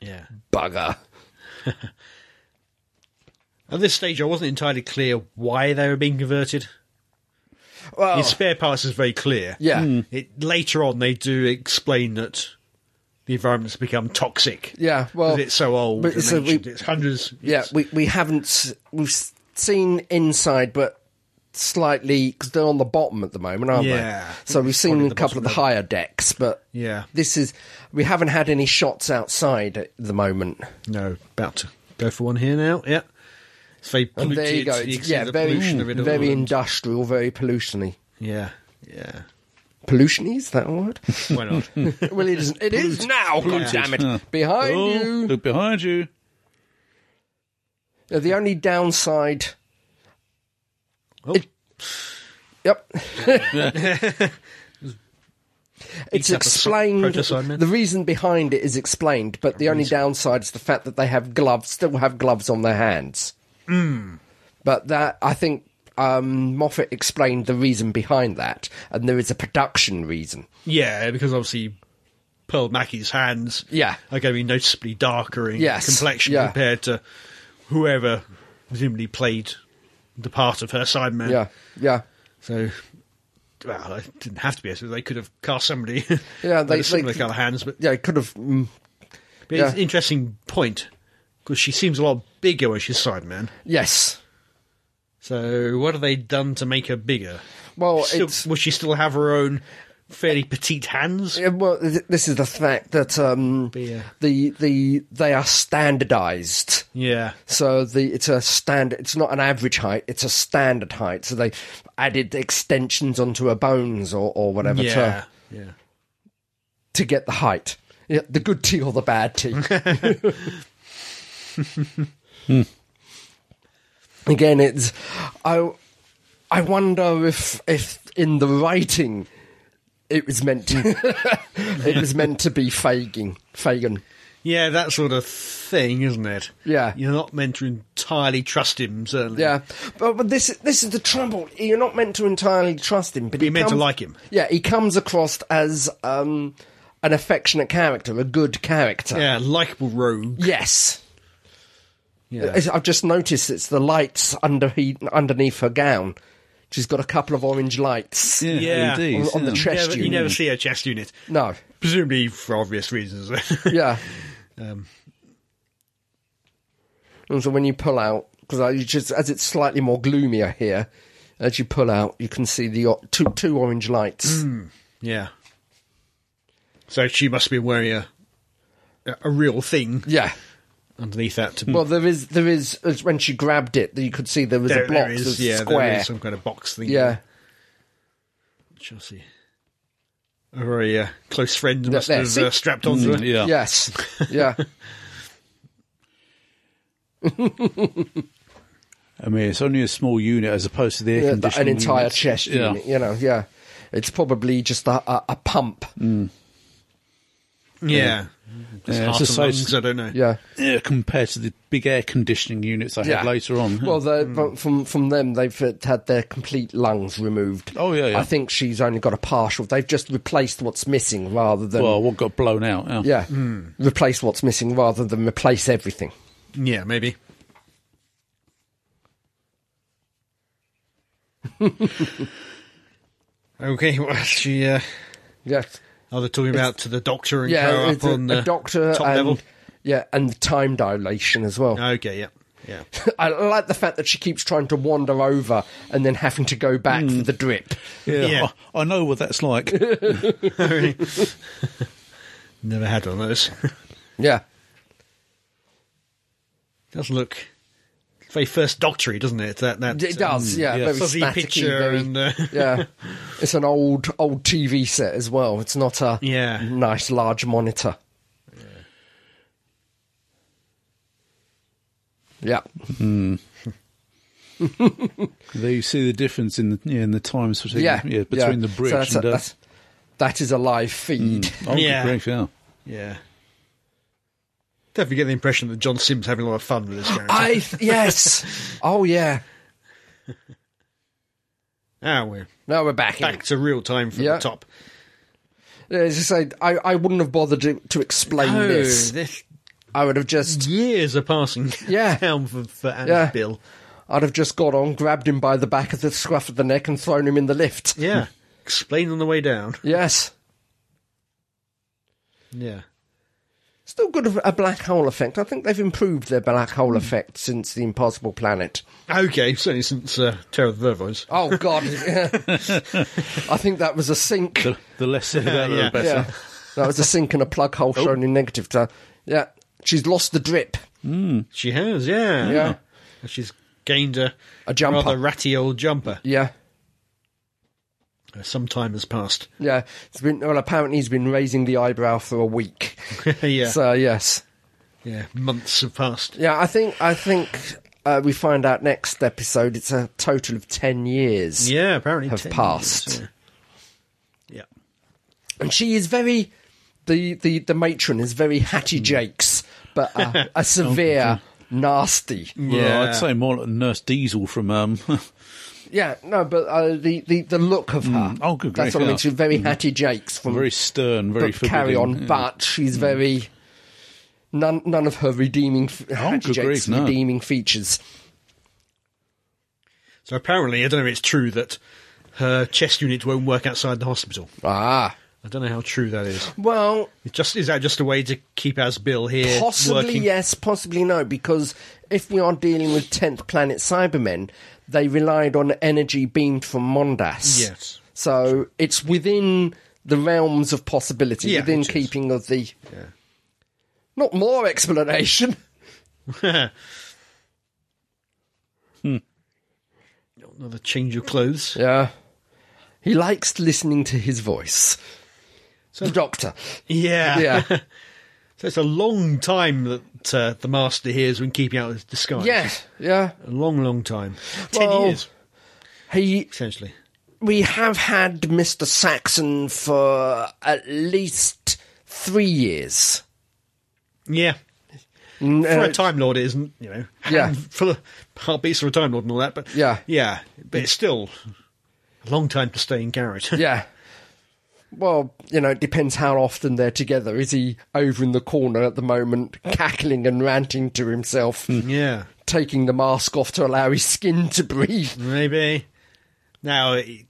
Speaker 2: Yeah.
Speaker 3: Bugger.
Speaker 2: At this stage, I wasn't entirely clear why they were being converted.
Speaker 3: Well,
Speaker 2: His spare parts is very clear.
Speaker 3: Oh. yeah.
Speaker 2: It, later on, they do explain that the environment's become toxic.
Speaker 3: Yeah, well.
Speaker 2: 'Cause it's so old.
Speaker 3: but
Speaker 2: and
Speaker 3: so we-
Speaker 2: ancient, it's hundreds.
Speaker 3: Yeah,
Speaker 2: it's-
Speaker 3: we, we haven't. s- We've s- seen inside, but slightly. Because they're on the bottom at the moment, aren't
Speaker 2: Yeah.
Speaker 3: they? So
Speaker 2: Probably
Speaker 3: we've seen
Speaker 2: the
Speaker 3: a couple of the
Speaker 2: bottom
Speaker 3: higher decks, but
Speaker 2: Yeah.
Speaker 3: this is. We haven't had any shots outside at the moment.
Speaker 2: No, about to go for one here now. Yeah. It's very
Speaker 3: And
Speaker 2: polluted.
Speaker 3: there you go.
Speaker 2: you
Speaker 3: It's,
Speaker 2: see
Speaker 3: yeah,
Speaker 2: the
Speaker 3: very,
Speaker 2: pollution of it all
Speaker 3: very
Speaker 2: and-
Speaker 3: industrial, very pollutiony.
Speaker 2: Yeah. Yeah.
Speaker 3: Pollutiony, is that a word?
Speaker 2: Why not?
Speaker 3: well, it isn't. It is now. God damn it! Behind
Speaker 1: Oh,
Speaker 3: you.
Speaker 1: look behind you.
Speaker 3: Now, the only downside.
Speaker 2: Oh.
Speaker 3: It- yep. it's
Speaker 2: Eats up a so-
Speaker 3: explained.
Speaker 2: protozoan, man.
Speaker 3: The reason behind it is explained, but the only downside is the fact that they have gloves, still have gloves on their hands.
Speaker 2: Hmm.
Speaker 3: But that, I think. Um, Moffat explained the reason behind that, and there is a production reason.
Speaker 2: Yeah, because obviously Pearl Mackey's hands
Speaker 3: Yeah.
Speaker 2: are going to be noticeably darker in
Speaker 3: Yes,
Speaker 2: complexion
Speaker 3: yeah.
Speaker 2: compared to whoever presumably played the part of her Sideman.
Speaker 3: Yeah, yeah.
Speaker 2: So, well, it didn't have to be. So they could have cast somebody
Speaker 3: Yeah, they-
Speaker 2: with similar
Speaker 3: they-
Speaker 2: colour hands. But,
Speaker 3: Yeah, it could have. Mm,
Speaker 2: but
Speaker 3: yeah.
Speaker 2: it's an interesting point because she seems a lot bigger when she's Sideman.
Speaker 3: yes.
Speaker 2: So what have they done to make her bigger?
Speaker 3: Well,
Speaker 2: Still-
Speaker 3: it's.
Speaker 2: will she still have her own fairly petite hands?
Speaker 3: Yeah, well, th- this is the fact that um,
Speaker 2: Yeah.
Speaker 3: the the they are standardized.
Speaker 2: Yeah.
Speaker 3: So the it's a standard. It's not an average height. It's a standard height. So they added extensions onto her bones or, or whatever
Speaker 2: Yeah.
Speaker 3: to
Speaker 2: Yeah.
Speaker 3: to get the height. Yeah, the good tea or the bad tea. Hmm. Again, it's I. I wonder if if in the writing It was meant to. it was meant to be Fagin. Fagin.
Speaker 2: Yeah, that sort of thing, isn't it?
Speaker 3: Yeah.
Speaker 2: You're not meant to entirely trust him, certainly.
Speaker 3: Yeah, but, but this this is the trouble. You're not meant to entirely trust him, but
Speaker 2: You're
Speaker 3: he
Speaker 2: meant to
Speaker 3: comes-
Speaker 2: like him.
Speaker 3: Yeah, he comes across as um, an affectionate character, a good character.
Speaker 2: Yeah, likable rogue.
Speaker 3: Yes.
Speaker 2: Yeah.
Speaker 3: It's- I've just noticed it's the lights under he, underneath her gown. She's got a couple of orange lights.
Speaker 1: Yeah,
Speaker 2: Yeah.
Speaker 1: LEDs,
Speaker 3: On- on the
Speaker 1: yeah.
Speaker 3: chest.
Speaker 2: Yeah, but you
Speaker 3: unit.
Speaker 2: never see a chest unit.
Speaker 3: No.
Speaker 2: Presumably for obvious reasons.
Speaker 3: Yeah.
Speaker 2: Um.
Speaker 3: and so when you pull out, because just as it's slightly more gloomier here, as you pull out, you can see the o- two two orange lights.
Speaker 2: Mm. yeah. So she must be wearing a a- a real thing
Speaker 3: Yeah.
Speaker 2: underneath that. To
Speaker 3: Well, there is there is as when she grabbed it, you could see there was a block, there's a
Speaker 2: yeah,
Speaker 3: square.
Speaker 2: there is some kind of box thing.
Speaker 3: yeah.
Speaker 2: Chelsea. A very uh, close friend must
Speaker 3: there,
Speaker 2: have
Speaker 3: see? Mm.
Speaker 2: uh, strapped onto her.
Speaker 1: yeah.
Speaker 3: Yes. Yeah.
Speaker 1: I mean, it's only a small unit as opposed to the air
Speaker 3: Yeah, th-
Speaker 1: conditioning
Speaker 3: an entire
Speaker 1: units.
Speaker 3: chest
Speaker 1: Yeah.
Speaker 3: unit. You know, yeah. It's probably just a, a, a pump.
Speaker 1: Mm.
Speaker 2: Yeah. Just
Speaker 1: Yeah,
Speaker 2: heart
Speaker 1: it's
Speaker 2: and
Speaker 1: a
Speaker 2: lungs,
Speaker 1: size-
Speaker 2: I don't know.
Speaker 3: Yeah.
Speaker 1: Yeah, compared to the big air conditioning units I had later on.
Speaker 3: Well, they-
Speaker 2: Mm.
Speaker 3: but from from them, they've uh, had their complete lungs removed.
Speaker 1: Oh, yeah, yeah.
Speaker 3: I think she's only got a partial. They've just replaced what's missing rather than
Speaker 1: well, what got blown out? Yeah.
Speaker 3: yeah,
Speaker 2: mm.
Speaker 3: replace what's missing rather than replace everything.
Speaker 2: Yeah, maybe. okay, well, she. Uh,
Speaker 3: Yes.
Speaker 2: are they talking about to the doctor and
Speaker 3: Yeah.
Speaker 2: go
Speaker 3: it's
Speaker 2: up
Speaker 3: a,
Speaker 2: on
Speaker 3: a
Speaker 2: the
Speaker 3: doctor
Speaker 2: top
Speaker 3: and
Speaker 2: level?
Speaker 3: yeah, and the time dilation as well.
Speaker 2: Okay, yeah. Yeah.
Speaker 3: I like the fact that she keeps trying to wander over and then having to go back
Speaker 1: Mm.
Speaker 3: for the drip.
Speaker 1: Yeah,
Speaker 2: Yeah.
Speaker 1: I, I know what that's like.
Speaker 2: Never had one of those.
Speaker 3: Yeah.
Speaker 2: does look very first doctory, doesn't it? That that um,
Speaker 3: It does, yeah.
Speaker 1: yeah.
Speaker 3: Very
Speaker 2: fuzzy
Speaker 3: staticky,
Speaker 2: picture
Speaker 3: very-
Speaker 2: and uh,
Speaker 3: yeah, it's an old old TV set as well. It's not a
Speaker 2: Yeah.
Speaker 3: nice large monitor. Yeah,
Speaker 1: there you see the difference in the yeah, in the times between
Speaker 3: yeah,
Speaker 1: yeah,
Speaker 3: yeah.
Speaker 1: between the
Speaker 3: So
Speaker 1: British
Speaker 3: that's a,
Speaker 1: and us.
Speaker 3: that's, that is a live feed.
Speaker 1: oh, good
Speaker 2: Yeah.
Speaker 1: grief, yeah.
Speaker 2: yeah. Definitely get the impression that John Sims having a lot of fun with this character.
Speaker 3: I th- yes, oh yeah.
Speaker 2: Ah, we're
Speaker 3: Now we're back. in.
Speaker 2: back to real time from
Speaker 3: Yeah.
Speaker 2: the top.
Speaker 3: As I say, I, I wouldn't have bothered to, to explain
Speaker 2: Oh,
Speaker 3: this.
Speaker 2: this-
Speaker 3: I would have just
Speaker 2: years are passing
Speaker 3: Yeah.
Speaker 2: down for, for Anne's
Speaker 3: Yeah.
Speaker 2: bill.
Speaker 3: I'd have just got on, grabbed him by the back of the scruff of the neck, and thrown him in the lift.
Speaker 2: Yeah, explain on the way down.
Speaker 3: Yes.
Speaker 2: Yeah,
Speaker 3: Still good of a black hole effect. I think they've improved their black hole effect since the Impossible Planet.
Speaker 2: okay. Certainly since uh, Terror of the Vervoids.
Speaker 3: Oh God! I think that was a sink.
Speaker 1: The, the less said about it,
Speaker 2: Yeah.
Speaker 1: the better.
Speaker 3: Yeah, that was a sink and a plug hole shown in negative. So, yeah, she's lost the drip.
Speaker 2: She has, yeah,
Speaker 3: Yeah.
Speaker 2: And She's gained a
Speaker 3: A jumper.
Speaker 2: Hmm. rather ratty old jumper.
Speaker 3: Yeah,
Speaker 2: Uh, Some time has passed.
Speaker 3: yeah. It's been well. Apparently, he's been raising the eyebrow for a week.
Speaker 2: yeah,
Speaker 3: So yes,
Speaker 2: yeah, months have passed.
Speaker 3: yeah. I think I think uh, we find out next episode. It's a total of ten years
Speaker 2: Yeah, apparently
Speaker 3: have
Speaker 2: 10 years,
Speaker 3: passed.
Speaker 2: yeah. Yeah.
Speaker 3: and she is very the the the matron is very
Speaker 1: Mm.
Speaker 3: Hattie Jakes, but
Speaker 1: Oh,
Speaker 3: a, a severe nasty.
Speaker 1: Well,
Speaker 2: Yeah.
Speaker 1: I'd say more like Nurse Diesel from um,
Speaker 3: Yeah, no, but uh, the, the the look of her.
Speaker 1: Oh, good
Speaker 3: That's
Speaker 1: grief, yeah.
Speaker 3: what I
Speaker 1: Mm.
Speaker 3: mean. She's very Hattie Jakes from
Speaker 1: very stern, very Mm.
Speaker 3: from Carry On,
Speaker 1: forbidding.
Speaker 3: but she's very none none of her redeeming f- Hattie
Speaker 1: Oh, good
Speaker 3: Jakes
Speaker 1: grief, no.
Speaker 3: redeeming features.
Speaker 2: So apparently, I don't know if it's true that her chest unit won't work outside the hospital.
Speaker 3: Ah,
Speaker 2: I don't know how true that is.
Speaker 3: well,
Speaker 2: It just is that just a way to keep as Bill here
Speaker 3: possibly
Speaker 2: working?
Speaker 3: yes, possibly no, because if we are dealing with tenth planet Cybermen, they relied on energy beamed from Mondas.
Speaker 2: Yes.
Speaker 3: So it's within the realms of possibility,
Speaker 2: Yeah,
Speaker 3: within
Speaker 2: it is.
Speaker 3: keeping of the. Not more explanation.
Speaker 2: Hmm. Another change of clothes.
Speaker 3: Yeah. He likes listening to his voice. the doctor.
Speaker 2: Yeah.
Speaker 3: Yeah.
Speaker 2: so it's a long time that uh, the master hears when keeping out his disguise.
Speaker 3: yeah. Yeah.
Speaker 2: A long, long time. Ten
Speaker 3: Well-
Speaker 2: years
Speaker 3: He
Speaker 2: essentially.
Speaker 3: we have had Mr. Saxon for at least three years.
Speaker 2: Yeah.
Speaker 3: N-
Speaker 2: For
Speaker 3: uh,
Speaker 2: a Time Lord, it isn't, you know.
Speaker 3: Yeah.
Speaker 2: For the heartbeats of a Time Lord and all that, but.
Speaker 3: Yeah.
Speaker 2: Yeah. But it's still a long time to stay in Garrett.
Speaker 3: yeah. Well, you know, it depends how often they're together. Is he over in the corner at the moment, cackling and ranting to himself,
Speaker 2: yeah.
Speaker 3: taking the mask off to allow his skin to breathe?
Speaker 2: Maybe. Now, he,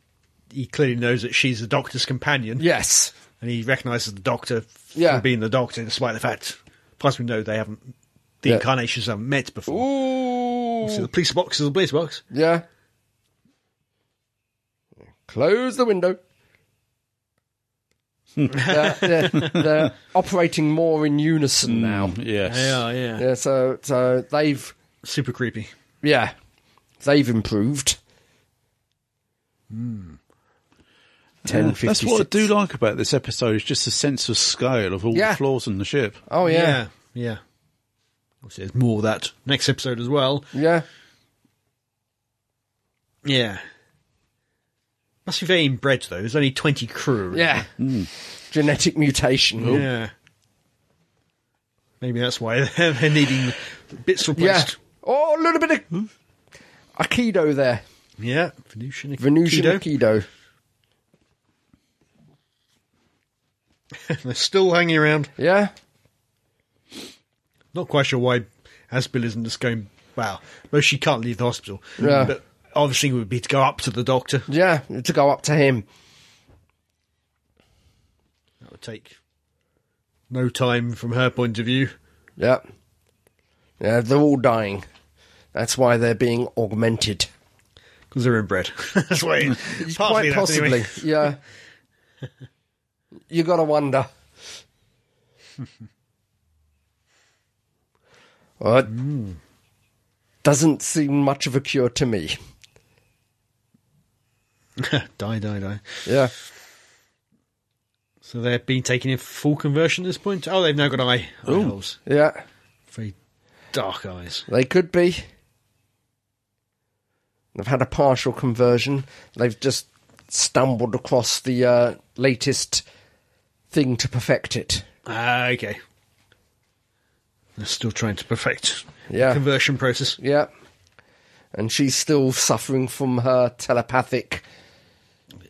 Speaker 2: he clearly knows that she's the doctor's companion,
Speaker 3: Yes.
Speaker 2: and he recognises the doctor for
Speaker 3: Yeah.
Speaker 2: being the doctor, despite the fact, plus we know they haven't, the
Speaker 3: Yeah.
Speaker 2: incarnations haven't met before. So
Speaker 3: Ooh.
Speaker 2: the police box is a police box.
Speaker 3: Yeah. Close the window. Hmm. they're, they're- they're operating more in unison now.
Speaker 1: Yes.
Speaker 2: yeah.
Speaker 3: Yeah, so so they've
Speaker 2: Super creepy.
Speaker 3: yeah they've improved. Ten fifty.
Speaker 1: That's what I do like about this episode is just the sense of scale of all
Speaker 3: Yeah.
Speaker 1: the flaws in the ship.
Speaker 3: Oh yeah,
Speaker 2: Yeah. yeah. Obviously, there's more of that next episode as well.
Speaker 3: yeah.
Speaker 2: Yeah. Must be very inbred, though. There's only 20 crew.
Speaker 3: Yeah. Hmm. Genetic mutation.
Speaker 2: Yeah. Maybe that's why they're needing bits
Speaker 3: Yeah.
Speaker 2: replaced.
Speaker 3: Oh, a little bit of Aikido there.
Speaker 2: Yeah. Venusian
Speaker 3: Venusian
Speaker 2: Aikido.
Speaker 3: Aikido.
Speaker 2: They're still hanging around.
Speaker 3: Yeah.
Speaker 2: Not quite sure why Aspel isn't just going, wow. Well, she can't leave the hospital.
Speaker 3: Yeah.
Speaker 2: But obviously, it would be to go up to the doctor.
Speaker 3: Yeah. To go up to him.
Speaker 2: That would take no time from her point of view.
Speaker 3: Yeah. Yeah, they're all dying. That's why they're being augmented.
Speaker 2: Because they're inbred. that's why. partly
Speaker 3: Quite
Speaker 2: that's
Speaker 3: possibly.
Speaker 2: anyway.
Speaker 3: Yeah. you gotta wonder. well, it doesn't seem much of a cure to me.
Speaker 2: die, die, die.
Speaker 3: Yeah.
Speaker 2: So they've been taking in full conversion at this point. Oh, they've now got eye, eye holes.
Speaker 3: Yeah.
Speaker 2: Very dark eyes.
Speaker 3: They could be. They've had a partial conversion. They've just stumbled across the uh, latest thing to perfect it.
Speaker 2: Ah, okay. They're still trying to perfect
Speaker 3: Yeah.
Speaker 2: conversion process.
Speaker 3: Yeah. And she's still suffering from her telepathic.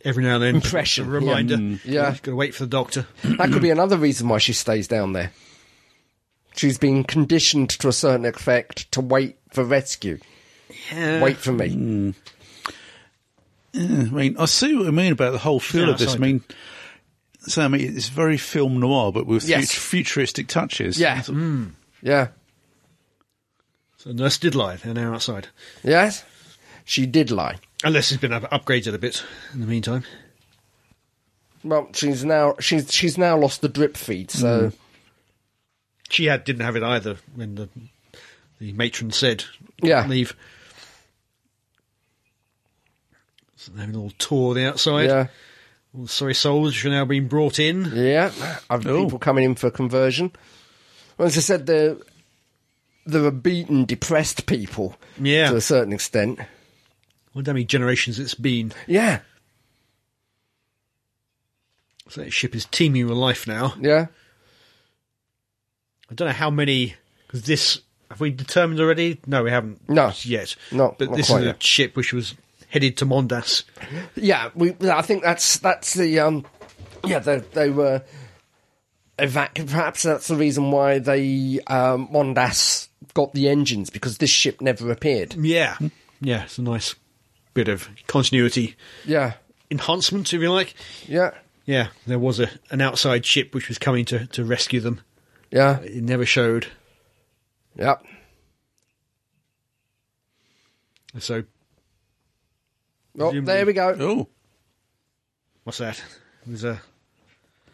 Speaker 2: Every now and then,
Speaker 3: Impression,
Speaker 2: a reminder.
Speaker 3: yeah. Mm. Yeah.
Speaker 2: you've got to wait for the doctor.
Speaker 3: That could be another reason why she stays down there. She's been conditioned to a certain effect to wait for rescue.
Speaker 2: Yeah.
Speaker 3: Wait for me.
Speaker 1: I mean, I see what I mean about the whole feel
Speaker 2: Yeah,
Speaker 1: of this. I
Speaker 2: so-
Speaker 1: mean, so I mean, it's very film noir, but with
Speaker 3: Yes.
Speaker 1: fut- futuristic touches.
Speaker 3: Yeah. Mm. Yeah.
Speaker 2: So nurse did lie. They're now outside.
Speaker 3: Yes? She did lie.
Speaker 2: Unless it's been up- upgraded a bit in the meantime.
Speaker 3: Well, she's now she's she's now lost the drip feed, so
Speaker 2: She had didn't have it either when the the matron said,
Speaker 3: Yeah.
Speaker 2: leave." So they're having a little tour of the outside.
Speaker 3: Yeah,
Speaker 2: All the sorry souls are now being brought in.
Speaker 3: yeah. I've
Speaker 1: Oh.
Speaker 3: people coming in for conversion. Well, as I said, there there are beaten, depressed people.
Speaker 2: Yeah.
Speaker 3: to a certain extent.
Speaker 2: wonder how many generations it's been.
Speaker 3: Yeah,
Speaker 2: So that ship is teeming with life now.
Speaker 3: yeah.
Speaker 2: I don't know how many. Because this. Have we determined already? No, we haven't.
Speaker 3: No.
Speaker 2: Yet.
Speaker 3: Not-
Speaker 2: But
Speaker 3: not
Speaker 2: this
Speaker 3: quite
Speaker 2: is a
Speaker 3: yet.
Speaker 2: ship which was headed to Mondas.
Speaker 3: Yeah, we. I think that's that's the um. Yeah, they they were. Evac- perhaps that's the reason why they um, Mondas got the engines because this ship never appeared.
Speaker 2: Yeah. Hmm. Yeah, it's a nice bit of continuity
Speaker 3: Yeah,
Speaker 2: enhancement, if you like.
Speaker 3: yeah,
Speaker 2: Yeah, there was a, an outside ship which was coming to, to rescue them.
Speaker 3: yeah,
Speaker 2: It never showed.
Speaker 3: yeah,
Speaker 2: So,
Speaker 3: Oh, there we go.
Speaker 1: Oh,
Speaker 2: what's that? It was a.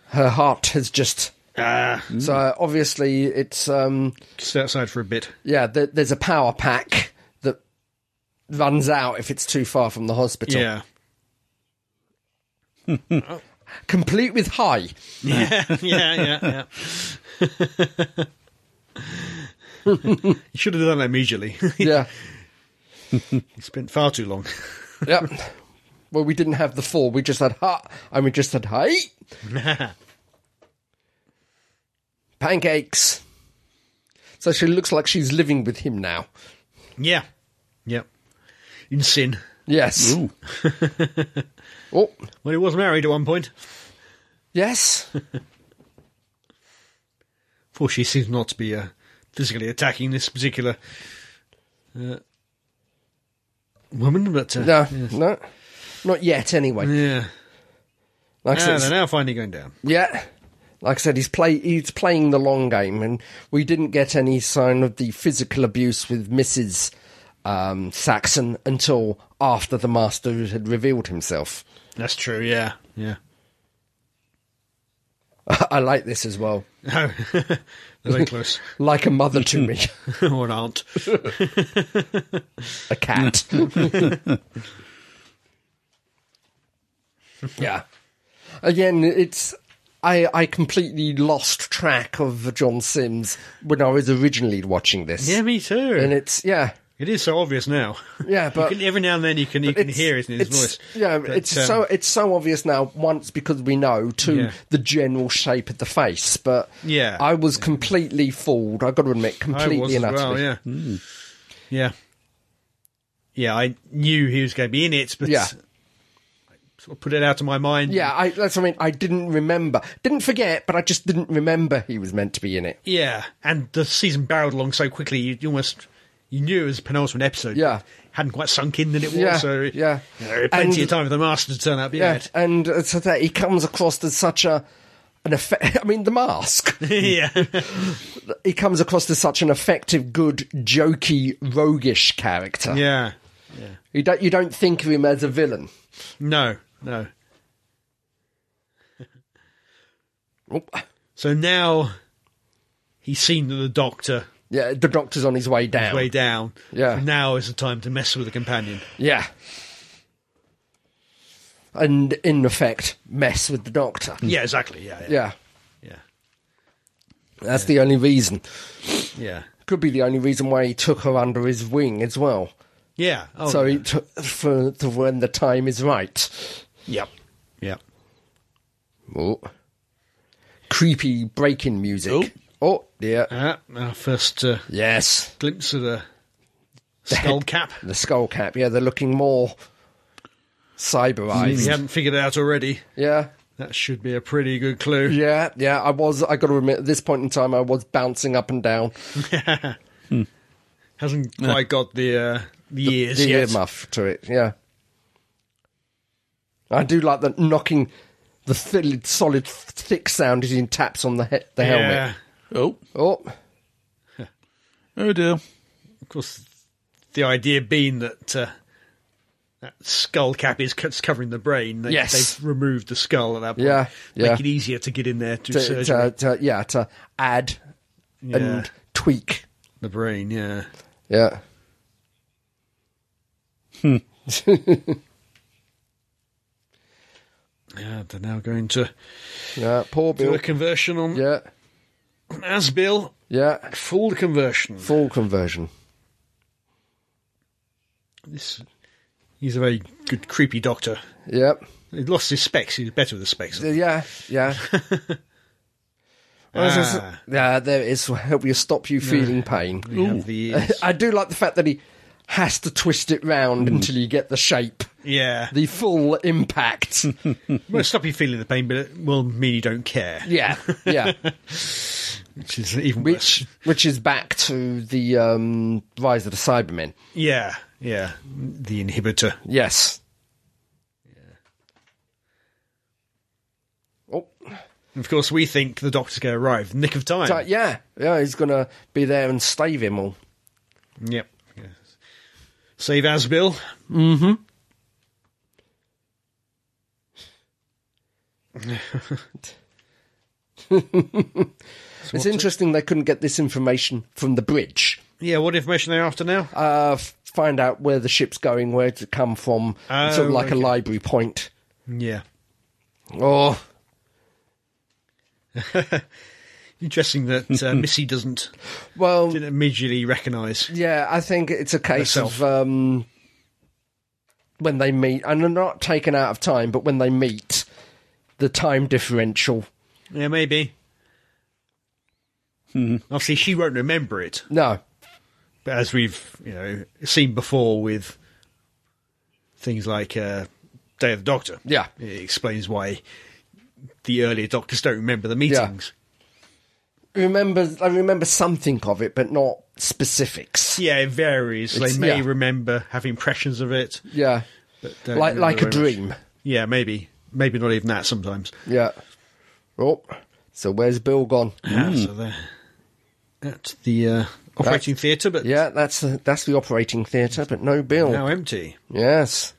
Speaker 3: Her heart has just
Speaker 2: Ah,
Speaker 3: So obviously, it's um,
Speaker 2: stay outside for a bit.
Speaker 3: yeah. Th- there's a power pack that runs out if it's too far from the hospital.
Speaker 2: Yeah.
Speaker 3: Complete with high.
Speaker 2: yeah, yeah, yeah. you should have done that immediately.
Speaker 3: Yeah.
Speaker 2: you spent far too long.
Speaker 3: yep. Well, we didn't have the four. We just had ha, and we just had hey, pancakes. So she looks like she's living with him now.
Speaker 2: yeah. Yep. In sin.
Speaker 3: Yes.
Speaker 1: Ooh.
Speaker 3: Oh,
Speaker 2: Well, he was married at one point.
Speaker 3: yes.
Speaker 2: For she seems not to be uh, physically attacking this particular uh, woman, but uh,
Speaker 3: No, no, not yet. Anyway,
Speaker 2: yeah,
Speaker 3: like I said,
Speaker 2: Ah,
Speaker 3: it's-
Speaker 2: they're now finally going down.
Speaker 3: yeah. Like I said, he's play he's playing the long game, and we didn't get any sign of the physical abuse with Mrs. Um, Saxon until after the master had revealed himself.
Speaker 2: That's true. Yeah, yeah.
Speaker 3: I like this as well.
Speaker 2: No, they're very close.
Speaker 3: Like a mother to me,
Speaker 2: or an aunt.
Speaker 3: a cat. yeah. Again, it's I I completely lost track of John Sims when I was originally watching this.
Speaker 2: Yeah, me too.
Speaker 3: And it's yeah.
Speaker 2: it is so obvious now.
Speaker 3: Yeah,
Speaker 2: You
Speaker 3: but-
Speaker 2: can- every now and then you can you can hear it in his
Speaker 3: it's-
Speaker 2: voice.
Speaker 3: Yeah,
Speaker 2: But,
Speaker 3: it's
Speaker 2: um,
Speaker 3: so it's so obvious now. Once because we know to
Speaker 2: Yeah.
Speaker 3: the general shape of the face, but
Speaker 2: Yeah.
Speaker 3: I was completely fooled. I got to admit,
Speaker 2: I was
Speaker 3: completely
Speaker 2: as
Speaker 3: Hmm. and utterly.
Speaker 2: well. Yeah, yeah, yeah. I knew he was going to be in it, but
Speaker 3: Yeah.
Speaker 2: I sort of put it out of my mind.
Speaker 3: Yeah, I, that's what I mean. I didn't remember, didn't forget, but I just didn't remember he was meant to be in it.
Speaker 2: Yeah, and the season barreled along so quickly, you, you almost you knew it was a penultimate episode.
Speaker 3: Yeah.
Speaker 2: hadn't quite sunk in that it was.
Speaker 3: Yeah,
Speaker 2: so it-
Speaker 3: yeah.
Speaker 2: you know, there were plenty
Speaker 3: And-
Speaker 2: of time for the master to turn up.
Speaker 3: Yeah,
Speaker 2: Yeah,
Speaker 3: and uh, so that he comes across as such a an effect. I mean, the mask.
Speaker 2: yeah,
Speaker 3: he comes across as such an effective, good, jokey, roguish character.
Speaker 2: yeah.
Speaker 3: You don't you don't think of him as a villain.
Speaker 2: No, no.
Speaker 3: Oh,
Speaker 2: So now he's seen that the doctor
Speaker 3: Yeah, the doctor's on his way down.
Speaker 2: way down.
Speaker 3: Yeah.
Speaker 2: So now is the time to mess with the companion.
Speaker 3: Yeah. And in effect, mess with the doctor.
Speaker 2: Yeah, exactly. Yeah, yeah,
Speaker 3: Hmm. Yeah,
Speaker 2: yeah,
Speaker 3: that's the only reason.
Speaker 2: yeah.
Speaker 3: Could be the only reason why he took her under his wing as well.
Speaker 2: Yeah. Oh,
Speaker 3: so
Speaker 2: yeah.
Speaker 3: he took for to when the time is right.
Speaker 2: yep, yep.
Speaker 3: Oh. Creepy breaking music.
Speaker 1: Oh.
Speaker 3: Oh, dear.
Speaker 2: Ah, our first uh,
Speaker 3: Yes.
Speaker 2: glimpse of the skull cap.
Speaker 3: The skull cap. Yeah, they're looking more
Speaker 2: If
Speaker 3: cyberized.
Speaker 2: you haven't figured it out already,
Speaker 3: Yeah.
Speaker 2: that should be a pretty good clue.
Speaker 3: Yeah, yeah, I was. I got to admit, at this point in time, I was bouncing up and down.
Speaker 2: Hasn't quite got the uh, the ears
Speaker 3: the
Speaker 2: yet.
Speaker 3: earmuff to it. Yeah, I do like the knocking, the th- solid, thick sound as he taps on the he- the
Speaker 2: yeah,
Speaker 3: helmet.
Speaker 1: Oh,
Speaker 3: Oh,
Speaker 1: oh dear.
Speaker 2: of course. The idea being that uh, that skull cap is co- covering the brain. They,
Speaker 3: Yes.
Speaker 2: they've removed the skull at that point.
Speaker 3: Yeah, yeah.
Speaker 2: Make it easier to get in there to,
Speaker 3: to,
Speaker 2: surgery.
Speaker 3: to, to- yeah, to add
Speaker 2: Yeah.
Speaker 3: and tweak.
Speaker 2: the brain. Yeah,
Speaker 3: Yeah.
Speaker 2: yeah. They're now going to
Speaker 3: Yeah, poor
Speaker 2: do
Speaker 3: Bill.
Speaker 2: a conversion on
Speaker 3: Yeah,
Speaker 2: Asbill.
Speaker 3: yeah.
Speaker 2: Full conversion.
Speaker 3: Full conversion.
Speaker 2: This, he's a very good creepy doctor.
Speaker 3: Yep.
Speaker 2: He lost his specs. He's better with the specs.
Speaker 3: Yeah, yeah. Well, this is-
Speaker 2: Ah.
Speaker 3: yeah, there it is. Will help you stop you feeling pain.
Speaker 2: We have the ears.
Speaker 3: I do like the fact that he has to twist it
Speaker 2: Mm.
Speaker 3: round until you get the shape,
Speaker 2: Yeah.
Speaker 3: the full impact.
Speaker 2: Well, stop you feeling the pain, but it will mean you don't care,
Speaker 3: yeah, yeah.
Speaker 2: which is even worse.
Speaker 3: Which which is back to the um, rise of the Cybermen.
Speaker 2: Yeah, yeah. The inhibitor.
Speaker 3: Yes. Oh,
Speaker 2: And of course, we think the doctor's going to arrive in the nick of time.
Speaker 3: so, yeah, yeah. He's gonna be there and stave him all.
Speaker 2: Yep. Yes. Save Asbill. Mm-hmm.
Speaker 3: it's interesting they couldn't get this information from the bridge.
Speaker 2: Yeah, what information are they after now?
Speaker 3: Uh, f- find out where the ship's going, where to come from,
Speaker 2: Oh,
Speaker 3: sort of like
Speaker 2: okay.
Speaker 3: a library point.
Speaker 2: yeah.
Speaker 3: Oh,
Speaker 2: Interesting that uh, Missy doesn't
Speaker 3: well,
Speaker 2: didn't immediately recognise.
Speaker 3: Yeah, I think it's a case
Speaker 2: Herself.
Speaker 3: of um, when they meet, and they're not taken out of time, but when they meet, the time differential.
Speaker 2: Yeah, maybe. Obviously, she won't remember it,
Speaker 3: No,
Speaker 2: but as we've you know seen before with things like uh, Day of the Doctor,
Speaker 3: Yeah.
Speaker 2: it explains why the earlier Doctors don't remember the meetings.
Speaker 3: remember I remember something of it, but not specifics.
Speaker 2: Yeah, it varies.
Speaker 3: It's-
Speaker 2: they may
Speaker 3: yeah.
Speaker 2: remember have impressions of it,
Speaker 3: Yeah,
Speaker 2: but don't
Speaker 3: like like a
Speaker 2: remember very much.
Speaker 3: dream.
Speaker 2: Yeah, maybe, maybe not even that sometimes.
Speaker 3: Yeah. Oh, so where's Bill gone?
Speaker 2: Yeah, Ah, so they're at the uh, operating theatre, but
Speaker 3: Yeah, that's the, that's the operating theatre, but no Bill.
Speaker 2: now empty.
Speaker 3: Yes.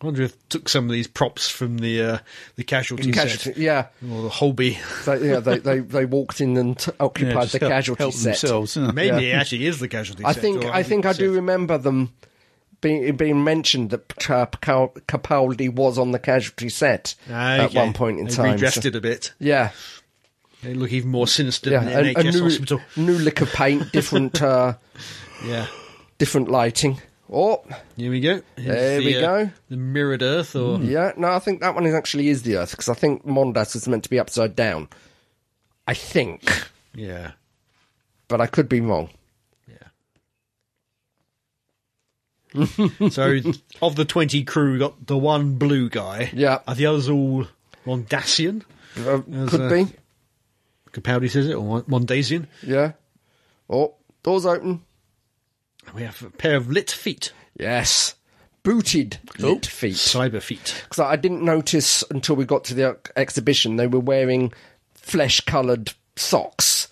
Speaker 2: I wonder if they took some of these props from the uh, the casualty,
Speaker 3: Casualty,
Speaker 2: set
Speaker 3: yeah,
Speaker 2: or the Holby.
Speaker 3: they, yeah they, they they walked in and t-
Speaker 1: Yeah,
Speaker 3: occupied
Speaker 1: just
Speaker 3: the
Speaker 1: help-
Speaker 3: casualty
Speaker 1: help
Speaker 3: set.
Speaker 1: themselves. yeah.
Speaker 2: Maybe it actually is the casualty.
Speaker 3: I
Speaker 2: set,
Speaker 3: think
Speaker 2: or
Speaker 3: I think I do
Speaker 2: set.
Speaker 3: remember them being being mentioned that uh, Cal- Capaldi was on the casualty set
Speaker 2: Ah,
Speaker 3: at
Speaker 2: okay.
Speaker 3: one point in
Speaker 2: They
Speaker 3: time.
Speaker 2: redressed
Speaker 3: so-
Speaker 2: it a bit.
Speaker 3: yeah,
Speaker 2: They look even more sinister
Speaker 3: yeah,
Speaker 2: than the
Speaker 3: a, a
Speaker 2: NHS
Speaker 3: new
Speaker 2: hospital.
Speaker 3: new lick of paint, different uh,
Speaker 2: Yeah,
Speaker 3: different lighting. Oh,
Speaker 2: here we go. Here's
Speaker 3: There
Speaker 2: the,
Speaker 3: we
Speaker 2: uh,
Speaker 3: go. Hmm.
Speaker 2: The mirrored Earth, or
Speaker 3: yeah, no, I think that one is actually is the Earth because I think Mondas was meant to be upside down. I think,
Speaker 2: yeah,
Speaker 3: but I could be wrong.
Speaker 2: yeah. so, of the twenty crew, got the one blue guy.
Speaker 3: Yeah.
Speaker 2: are the others all Mondasian?
Speaker 3: Uh,
Speaker 2: There's
Speaker 3: could
Speaker 2: a-
Speaker 3: be.
Speaker 2: Capaldi says it, or Mon- Mondasian.
Speaker 3: Yeah. Oh, doors open.
Speaker 2: We have a pair of lit feet,
Speaker 3: Yes. Booted lit feet.
Speaker 2: cyber feet.
Speaker 3: Because I didn't notice until we got to the ex- exhibition they were wearing flesh coloured socks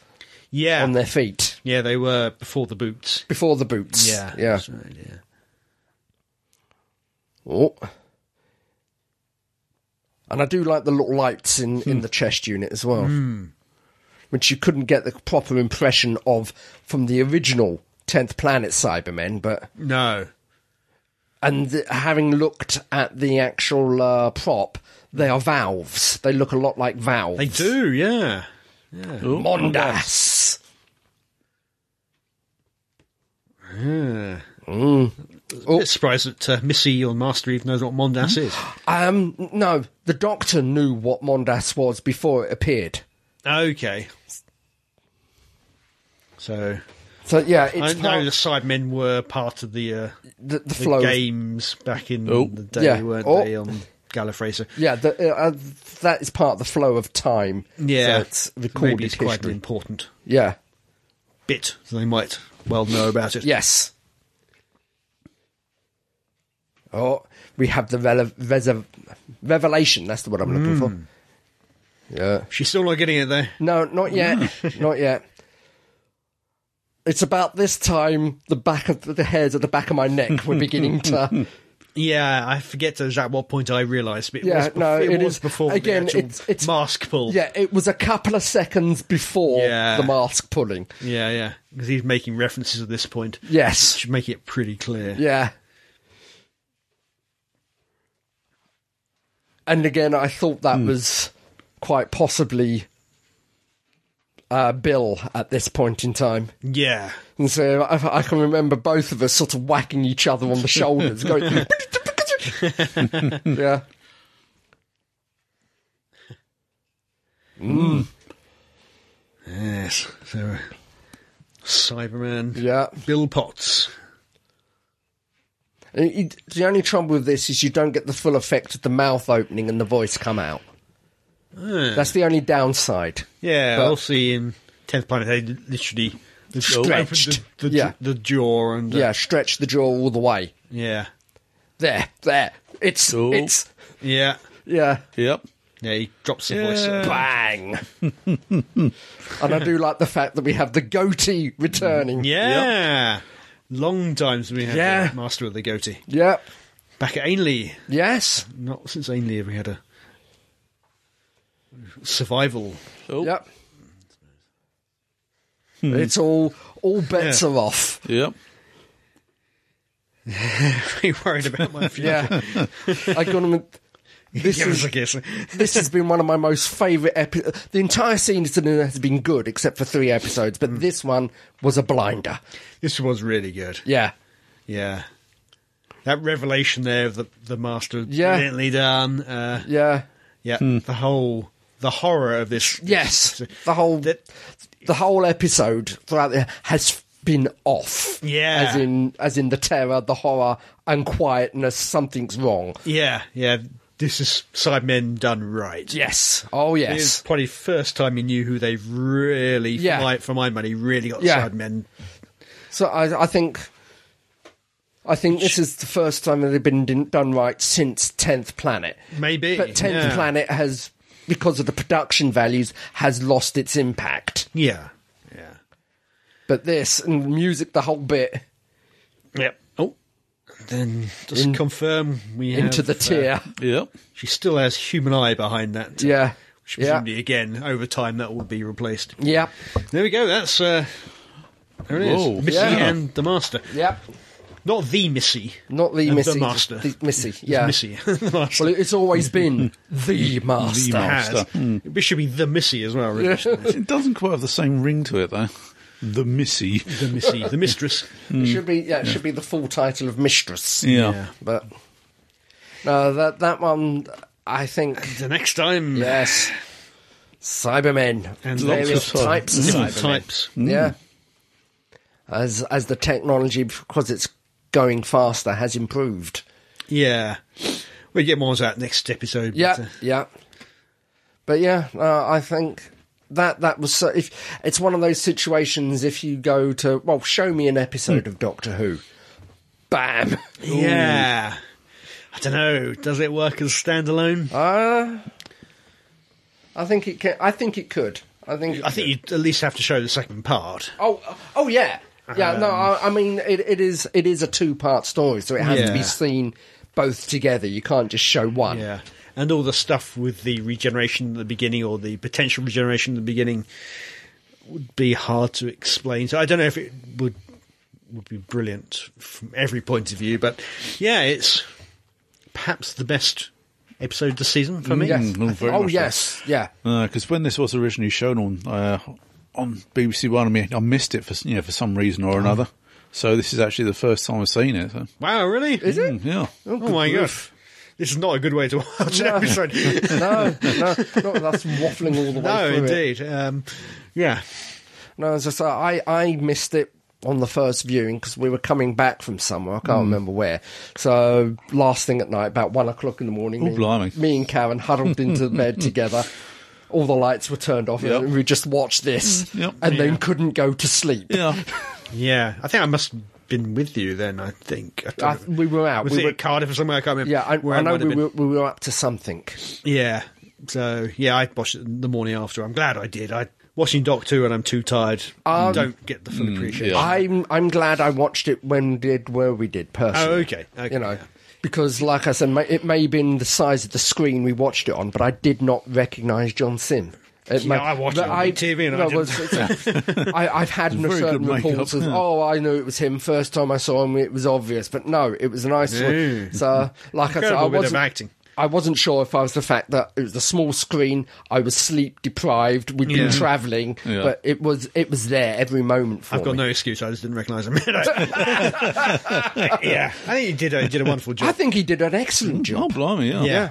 Speaker 2: Yeah,
Speaker 3: on their feet
Speaker 2: yeah, they were before the boots.
Speaker 3: before the boots.
Speaker 2: Yeah,
Speaker 3: Yeah.
Speaker 2: that's right, yeah.
Speaker 3: Oh. And I do like the little lights in, in the chest unit as well,
Speaker 2: Hmm.
Speaker 3: which you couldn't get the proper impression of from the original 10th Planet Cybermen, but.
Speaker 2: No,
Speaker 3: and th- having looked at the actual uh, prop, they are valves. They look a lot like valves.
Speaker 2: they do. Yeah,
Speaker 3: Mondas.
Speaker 2: yeah.
Speaker 3: Oh.
Speaker 2: bit surprised that uh, Missy on Master Eve knows what Mondas is.
Speaker 3: Um, no, the Doctor knew what Mondas was before it appeared.
Speaker 2: Okay. So
Speaker 3: So yeah,
Speaker 2: I
Speaker 3: it's
Speaker 2: know
Speaker 3: part
Speaker 2: the Sidemen were part of the, uh,
Speaker 3: the, the
Speaker 2: the
Speaker 3: flow. of-
Speaker 2: games back in
Speaker 1: Oh.
Speaker 2: the day,
Speaker 3: Yeah.
Speaker 2: weren't
Speaker 3: Oh.
Speaker 2: they? On Gallifrey. So
Speaker 3: Yeah, the, uh, uh, that is part of the flow of time.
Speaker 2: yeah,
Speaker 3: so it's recorded
Speaker 2: maybe it's quite an
Speaker 3: history.
Speaker 2: important
Speaker 3: Yeah.
Speaker 2: bit. So they might well know about it.
Speaker 3: Yes. Oh, we have the rele- reser- revelation. That's the word I'm
Speaker 2: Mm.
Speaker 3: looking for. Yeah.
Speaker 2: She's still not getting it though.
Speaker 3: No, not yet.
Speaker 2: Mm.
Speaker 3: not yet. It's about this time the back of the hairs at the back of my neck were beginning to.
Speaker 2: Yeah, I forget at that what point I realised. but It
Speaker 3: Yeah,
Speaker 2: was before,
Speaker 3: no,
Speaker 2: it,
Speaker 3: it
Speaker 2: was
Speaker 3: is-
Speaker 2: before
Speaker 3: again,
Speaker 2: the actual
Speaker 3: it's- it's-
Speaker 2: mask pull.
Speaker 3: Yeah, it was a couple of seconds before
Speaker 2: Yeah.
Speaker 3: the mask pulling.
Speaker 2: yeah, yeah, because he's making references at this point.
Speaker 3: Yes.
Speaker 2: Should make it pretty clear.
Speaker 3: Yeah. And again, I thought that was quite possibly uh, Bill at this point in time.
Speaker 2: yeah.
Speaker 3: And so I, I can remember both of us sort of whacking each other on the shoulders, going. yeah.
Speaker 2: Yes. So, Cyberman.
Speaker 3: Yeah.
Speaker 2: Bill Potts.
Speaker 3: It- it- The only trouble with this is you don't get the full effect of the mouth opening and the voice come out. That's the only downside.
Speaker 2: Yeah,
Speaker 3: But-
Speaker 2: we'll see in Tenth Planet. They literally the
Speaker 3: Stretched.
Speaker 2: opened The, the,
Speaker 3: Yeah.
Speaker 2: the jaw and uh,
Speaker 3: Yeah, stretch the jaw all the way.
Speaker 2: yeah,
Speaker 3: There, there. It's
Speaker 1: Oh.
Speaker 3: it's
Speaker 2: yeah,
Speaker 3: yeah.
Speaker 1: Yep.
Speaker 2: yeah. He drops the
Speaker 1: Yeah.
Speaker 2: voice.
Speaker 3: Bang. and I do like the fact that we have the goatee returning.
Speaker 2: Yeah. Long times we had
Speaker 3: Yeah.
Speaker 2: the Master of the Goatee.
Speaker 3: Yep.
Speaker 2: Back at Ainley,
Speaker 3: Yes.
Speaker 2: not since Ainley have we had a survival.
Speaker 1: Oh.
Speaker 3: Yep. It's all all bets
Speaker 2: Yeah.
Speaker 3: are off.
Speaker 1: Yep.
Speaker 2: Very worried about my future.
Speaker 3: Yeah. I got him. This
Speaker 2: Give us
Speaker 3: is
Speaker 2: a kiss.
Speaker 3: this has been one of my most favourite episodes. The entire season has been good except for three episodes,
Speaker 2: Hmm.
Speaker 3: but this one was a blinder.
Speaker 2: This was really good.
Speaker 3: Yeah.
Speaker 2: Yeah. That revelation there of the, the master
Speaker 3: Yeah.
Speaker 2: brilliantly done. Uh,
Speaker 3: Yeah.
Speaker 2: yeah. The whole, the horror of this.
Speaker 3: Yes. The whole
Speaker 2: That-
Speaker 3: the whole episode throughout the, has been off.
Speaker 2: Yeah.
Speaker 3: As in as in the terror, the horror, and quietness, something's wrong.
Speaker 2: Yeah. Yeah. This is Sidemen done right.
Speaker 3: Yes. Oh
Speaker 2: It is
Speaker 3: yes.
Speaker 2: probably first time you knew who they've really,
Speaker 3: Yeah.
Speaker 2: for, my, for my money, really got
Speaker 3: Yeah.
Speaker 2: Sidemen.
Speaker 3: So I, I think, I think this is the first time that they've been din- done right since Tenth Planet.
Speaker 2: Maybe.
Speaker 3: But Tenth
Speaker 2: yeah.
Speaker 3: Planet has, because of the production values, has lost its impact.
Speaker 2: Yeah. Yeah.
Speaker 3: But this and music, the whole bit
Speaker 2: Yep. Oh. Then just confirm we have,
Speaker 3: into the
Speaker 2: uh,
Speaker 3: tear.
Speaker 1: Yep.
Speaker 2: She still has human eye behind that.
Speaker 3: yeah,
Speaker 2: Which
Speaker 3: yeah,
Speaker 2: presumably, again, over time, that will be replaced.
Speaker 3: yeah,
Speaker 2: There we go. That's uh, there it is.
Speaker 1: Whoa.
Speaker 2: Missy
Speaker 3: Yeah.
Speaker 2: and the Master,
Speaker 3: yeah.
Speaker 2: not the Missy,
Speaker 3: Not the
Speaker 2: Uh,
Speaker 3: Missy,
Speaker 2: the Master,
Speaker 3: the Missy,
Speaker 2: It's
Speaker 3: yeah.
Speaker 2: Missy, the Master.
Speaker 3: Well, it's always been the master. Hmm.
Speaker 1: The
Speaker 2: Has.
Speaker 1: Master.
Speaker 2: It should be the Missy as well. really.
Speaker 1: It doesn't quite have the same ring to it, though. The Missy.
Speaker 2: The Missy, the Mistress.
Speaker 3: It should be yeah, it should be the full title of mistress.
Speaker 1: Yeah.
Speaker 3: But no, that that one, I think.
Speaker 2: The next time,
Speaker 3: Yes. Cybermen.
Speaker 2: And
Speaker 1: lots
Speaker 3: various
Speaker 1: of
Speaker 3: types of Hmm.
Speaker 2: different
Speaker 3: Cybermen.
Speaker 2: types.
Speaker 3: Yeah. As as the technology because it's going faster has improved.
Speaker 2: Yeah, we get more of that next episode. but,
Speaker 3: Yeah,
Speaker 2: uh,
Speaker 3: yeah. But yeah, uh, I think that that was so, if it's one of those situations if you go to well, show me an episode of Doctor Who. Bam.
Speaker 2: uh, yeah. I don't know. Does it work as standalone?
Speaker 3: Uh, I think it can, I think it could. I think it
Speaker 2: I think
Speaker 3: could.
Speaker 2: you would at least have to show the second part.
Speaker 3: Oh, oh yeah, yeah. no, I, I mean it, it is it is a two part story, so it has to be
Speaker 2: Yeah.
Speaker 3: seen both together. You can't just show
Speaker 1: Um,
Speaker 3: one.
Speaker 2: Yeah. And all the stuff with the regeneration at the beginning or the potential regeneration at the beginning would be hard to explain. So I don't know if it would would be brilliant from every point of view, but yeah, it's perhaps the best episode of the season for me.
Speaker 3: Yes.
Speaker 1: Mm, very
Speaker 3: oh
Speaker 1: much so.
Speaker 3: yes, yeah.
Speaker 1: Because Uh, when this was originally shown on uh, on BBC One, I mean, I missed it for you know for some reason or another. So this is actually the first time I've seen it. So.
Speaker 2: Wow, really? Is
Speaker 1: Mm, yeah.
Speaker 2: Oh my god. This is not a good way to watch an
Speaker 3: No.
Speaker 2: episode.
Speaker 3: No, no, not that's waffling all the way
Speaker 2: no,
Speaker 3: through it.
Speaker 2: indeed. Um, yeah.
Speaker 3: No, as I say, I, I missed it on the first viewing because we were coming back from somewhere. I can't
Speaker 2: Hmm.
Speaker 3: remember where. So last thing at night, about one o'clock in the morning,
Speaker 1: Oh,
Speaker 3: me,
Speaker 1: blimey.
Speaker 3: me and Karen huddled into bed together. All the lights were turned off,
Speaker 1: Yep.
Speaker 3: and we just watched this,
Speaker 2: Mm.
Speaker 1: Yep.
Speaker 3: and then couldn't go to sleep.
Speaker 1: Yeah.
Speaker 2: Yeah. I think I must have been with you then, I think. I don't
Speaker 3: I,
Speaker 2: know.
Speaker 3: we were out.
Speaker 2: Was
Speaker 3: we
Speaker 2: it
Speaker 3: were,
Speaker 2: at Cardiff or somewhere? I can't remember.
Speaker 3: yeah, I,
Speaker 2: where
Speaker 3: I
Speaker 2: it
Speaker 3: know
Speaker 2: might have
Speaker 3: we
Speaker 2: been.
Speaker 3: were, we were up to something.
Speaker 2: Yeah. So yeah, I watched it the morning after. I'm glad I did. I watching Doc Two, and I'm too tired.
Speaker 3: Um,
Speaker 2: I don't get the full appreciation.
Speaker 1: yeah.
Speaker 3: I'm I'm glad I watched it when we did where we did personally.
Speaker 2: Oh, okay, okay,
Speaker 3: you know,
Speaker 2: yeah.
Speaker 3: because like I said, ma- it may have been the size of the screen we watched it on, but I did not recognise John Sim. It
Speaker 2: Yeah, I watched
Speaker 3: but
Speaker 2: it on big TV and I didn't.
Speaker 3: it's- I, have had a
Speaker 1: very
Speaker 3: certain
Speaker 1: good makeup,
Speaker 3: reports of,
Speaker 1: yeah.
Speaker 3: oh, I knew it was him first time I saw him. It was obvious, but no, it was a nice one.
Speaker 2: Yeah.
Speaker 3: So, like I said, I
Speaker 2: Incredible bit of
Speaker 3: wasn't
Speaker 2: acting.
Speaker 3: I wasn't sure if I was the fact that it was the small screen. I was sleep deprived. We'd been
Speaker 2: Yeah.
Speaker 3: travelling,
Speaker 1: Yeah.
Speaker 3: but it was it was there every moment for
Speaker 2: I've got
Speaker 3: me.
Speaker 2: no excuse. I just didn't recognise him. yeah, I think you did. You did a wonderful
Speaker 3: I
Speaker 2: job.
Speaker 3: think he did an excellent
Speaker 1: Oh,
Speaker 3: job.
Speaker 1: blimey, yeah.
Speaker 2: Yeah.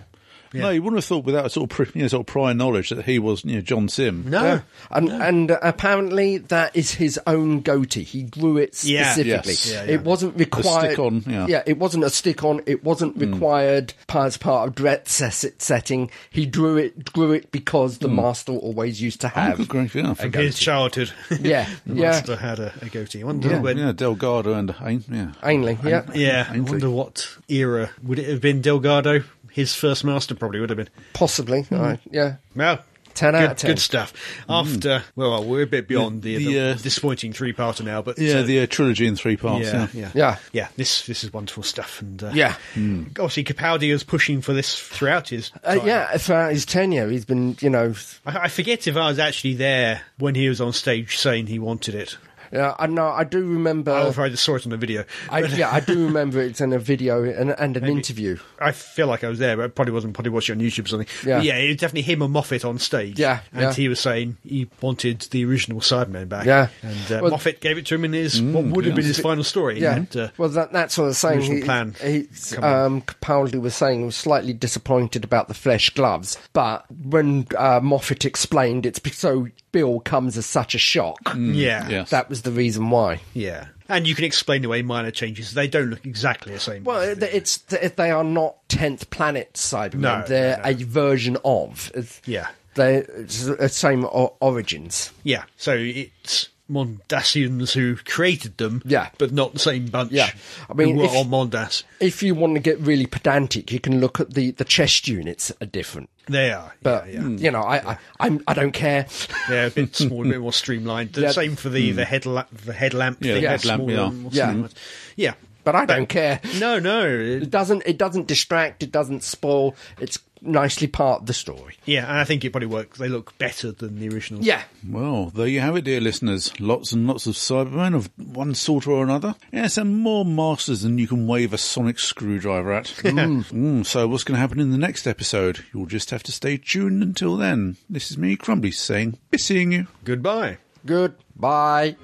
Speaker 1: No, you wouldn't have thought without sort of, pri- you know, sort of prior knowledge that he was you know, John Sim.
Speaker 2: no.
Speaker 3: Yeah. Uh, And, and apparently that is his own goatee. He grew it
Speaker 2: Yeah.
Speaker 3: specifically.
Speaker 1: Yes.
Speaker 2: Yeah, yeah.
Speaker 3: It wasn't required.
Speaker 1: stick-on, yeah.
Speaker 3: it wasn't a stick on. It wasn't
Speaker 2: Hmm.
Speaker 3: required as part of dress set- setting. He drew it, grew it because
Speaker 2: Hmm.
Speaker 3: the master always used to
Speaker 1: Oh,
Speaker 3: have.
Speaker 1: good grief, yeah. for-
Speaker 2: His childhood.
Speaker 3: Yeah,
Speaker 2: the
Speaker 3: yeah.
Speaker 2: master had a, a goatee. I wonder
Speaker 1: yeah.
Speaker 2: when. Yeah.
Speaker 1: Delgado and Ain, yeah.
Speaker 3: Ainley, yeah.
Speaker 2: I
Speaker 1: Ainsley.
Speaker 2: wonder what era would it have been? Delgado, his first master, probably would have been.
Speaker 3: Possibly.
Speaker 2: Hmm.
Speaker 3: Right. Yeah.
Speaker 2: Well,
Speaker 3: 10
Speaker 2: good,
Speaker 3: out of Mm. 10.
Speaker 2: Good stuff. After, well, we're a bit beyond the,
Speaker 1: The,
Speaker 2: the,
Speaker 1: uh,
Speaker 2: disappointing three-parter now, but
Speaker 1: Yeah,
Speaker 2: uh,
Speaker 1: the uh, trilogy in three parts.
Speaker 2: yeah,
Speaker 1: Yeah,
Speaker 2: yeah,
Speaker 3: Yeah.
Speaker 2: yeah. This this is wonderful stuff, and uh,
Speaker 3: Yeah.
Speaker 2: obviously Capaldi is pushing for this throughout his.
Speaker 3: Uh,
Speaker 2: Time.
Speaker 3: yeah, throughout his tenure, he's been, you know,
Speaker 2: I, I forget if I was actually there when he was on stage saying he wanted it.
Speaker 3: Yeah, I know. I do remember.
Speaker 2: I don't know if I just saw it on the video.
Speaker 3: I, yeah, I do remember it's in a video and, and an interview.
Speaker 2: I feel like I was there, but I probably wasn't. Probably watching it on YouTube or something.
Speaker 3: Yeah.
Speaker 2: Yeah, yeah, it was definitely him and Moffat on stage.
Speaker 3: Yeah,
Speaker 2: and
Speaker 3: yeah.
Speaker 2: he was saying he wanted the original Sidemen back.
Speaker 3: Yeah.
Speaker 2: and uh,
Speaker 3: Well-
Speaker 2: Moffat gave it to him in his what would have been his final story.
Speaker 3: Yeah,
Speaker 2: and, uh,
Speaker 3: well, that, that's what I was saying.
Speaker 2: original
Speaker 3: He,
Speaker 2: plan.
Speaker 3: he-
Speaker 2: Come on.
Speaker 3: um, Capaldi was saying he was slightly disappointed about the flesh gloves, but when uh, Moffat explained, it's be- so Bill comes as such a shock.
Speaker 2: yeah,
Speaker 1: yes.
Speaker 3: That was the reason why.
Speaker 2: yeah. And you can explain away minor changes. They don't look exactly the same.
Speaker 3: Well, it- it's th- they are not tenth planet Cybermen.
Speaker 2: No, no,
Speaker 3: They're
Speaker 2: no.
Speaker 3: a version of. It's-
Speaker 2: Yeah.
Speaker 3: they're it's the same o- origins.
Speaker 2: yeah. So it's Mondasians who created them.
Speaker 3: Yeah.
Speaker 2: but not the same bunch.
Speaker 3: Yeah. I mean,
Speaker 2: who were
Speaker 3: if-
Speaker 2: on Mondas.
Speaker 3: If you want to get really pedantic, you can look at the the chest units are different.
Speaker 2: They are.
Speaker 3: But
Speaker 2: yeah, Mm. yeah.
Speaker 3: you know, I, I I'm I don't care.
Speaker 2: Yeah, a bit smaller, a bit more streamlined. The
Speaker 3: Yeah. Hmm.
Speaker 2: same for the the headlamp, the headlamp
Speaker 1: Yeah,
Speaker 2: thing.
Speaker 1: the
Speaker 2: that's
Speaker 1: headlamp,
Speaker 2: smaller
Speaker 1: yeah.
Speaker 2: and more
Speaker 3: Yeah.
Speaker 2: streamlined. yeah.
Speaker 3: But I don't care.
Speaker 2: No, no. it-
Speaker 3: It doesn't it doesn't distract. It doesn't spoil. It's nicely part of the story.
Speaker 2: yeah, and I think it probably works. They look better than the original.
Speaker 3: Yeah.
Speaker 1: Well, there you have it, dear listeners. Lots and lots of Cybermen of one sort or another. Yes, and more masters than you can wave a sonic screwdriver at. mm. Mm, so, what's going to happen in the next episode? You'll just have to stay tuned until then. This is me, Crumbly, saying, be seeing you.
Speaker 2: Goodbye.
Speaker 3: Good. Bye.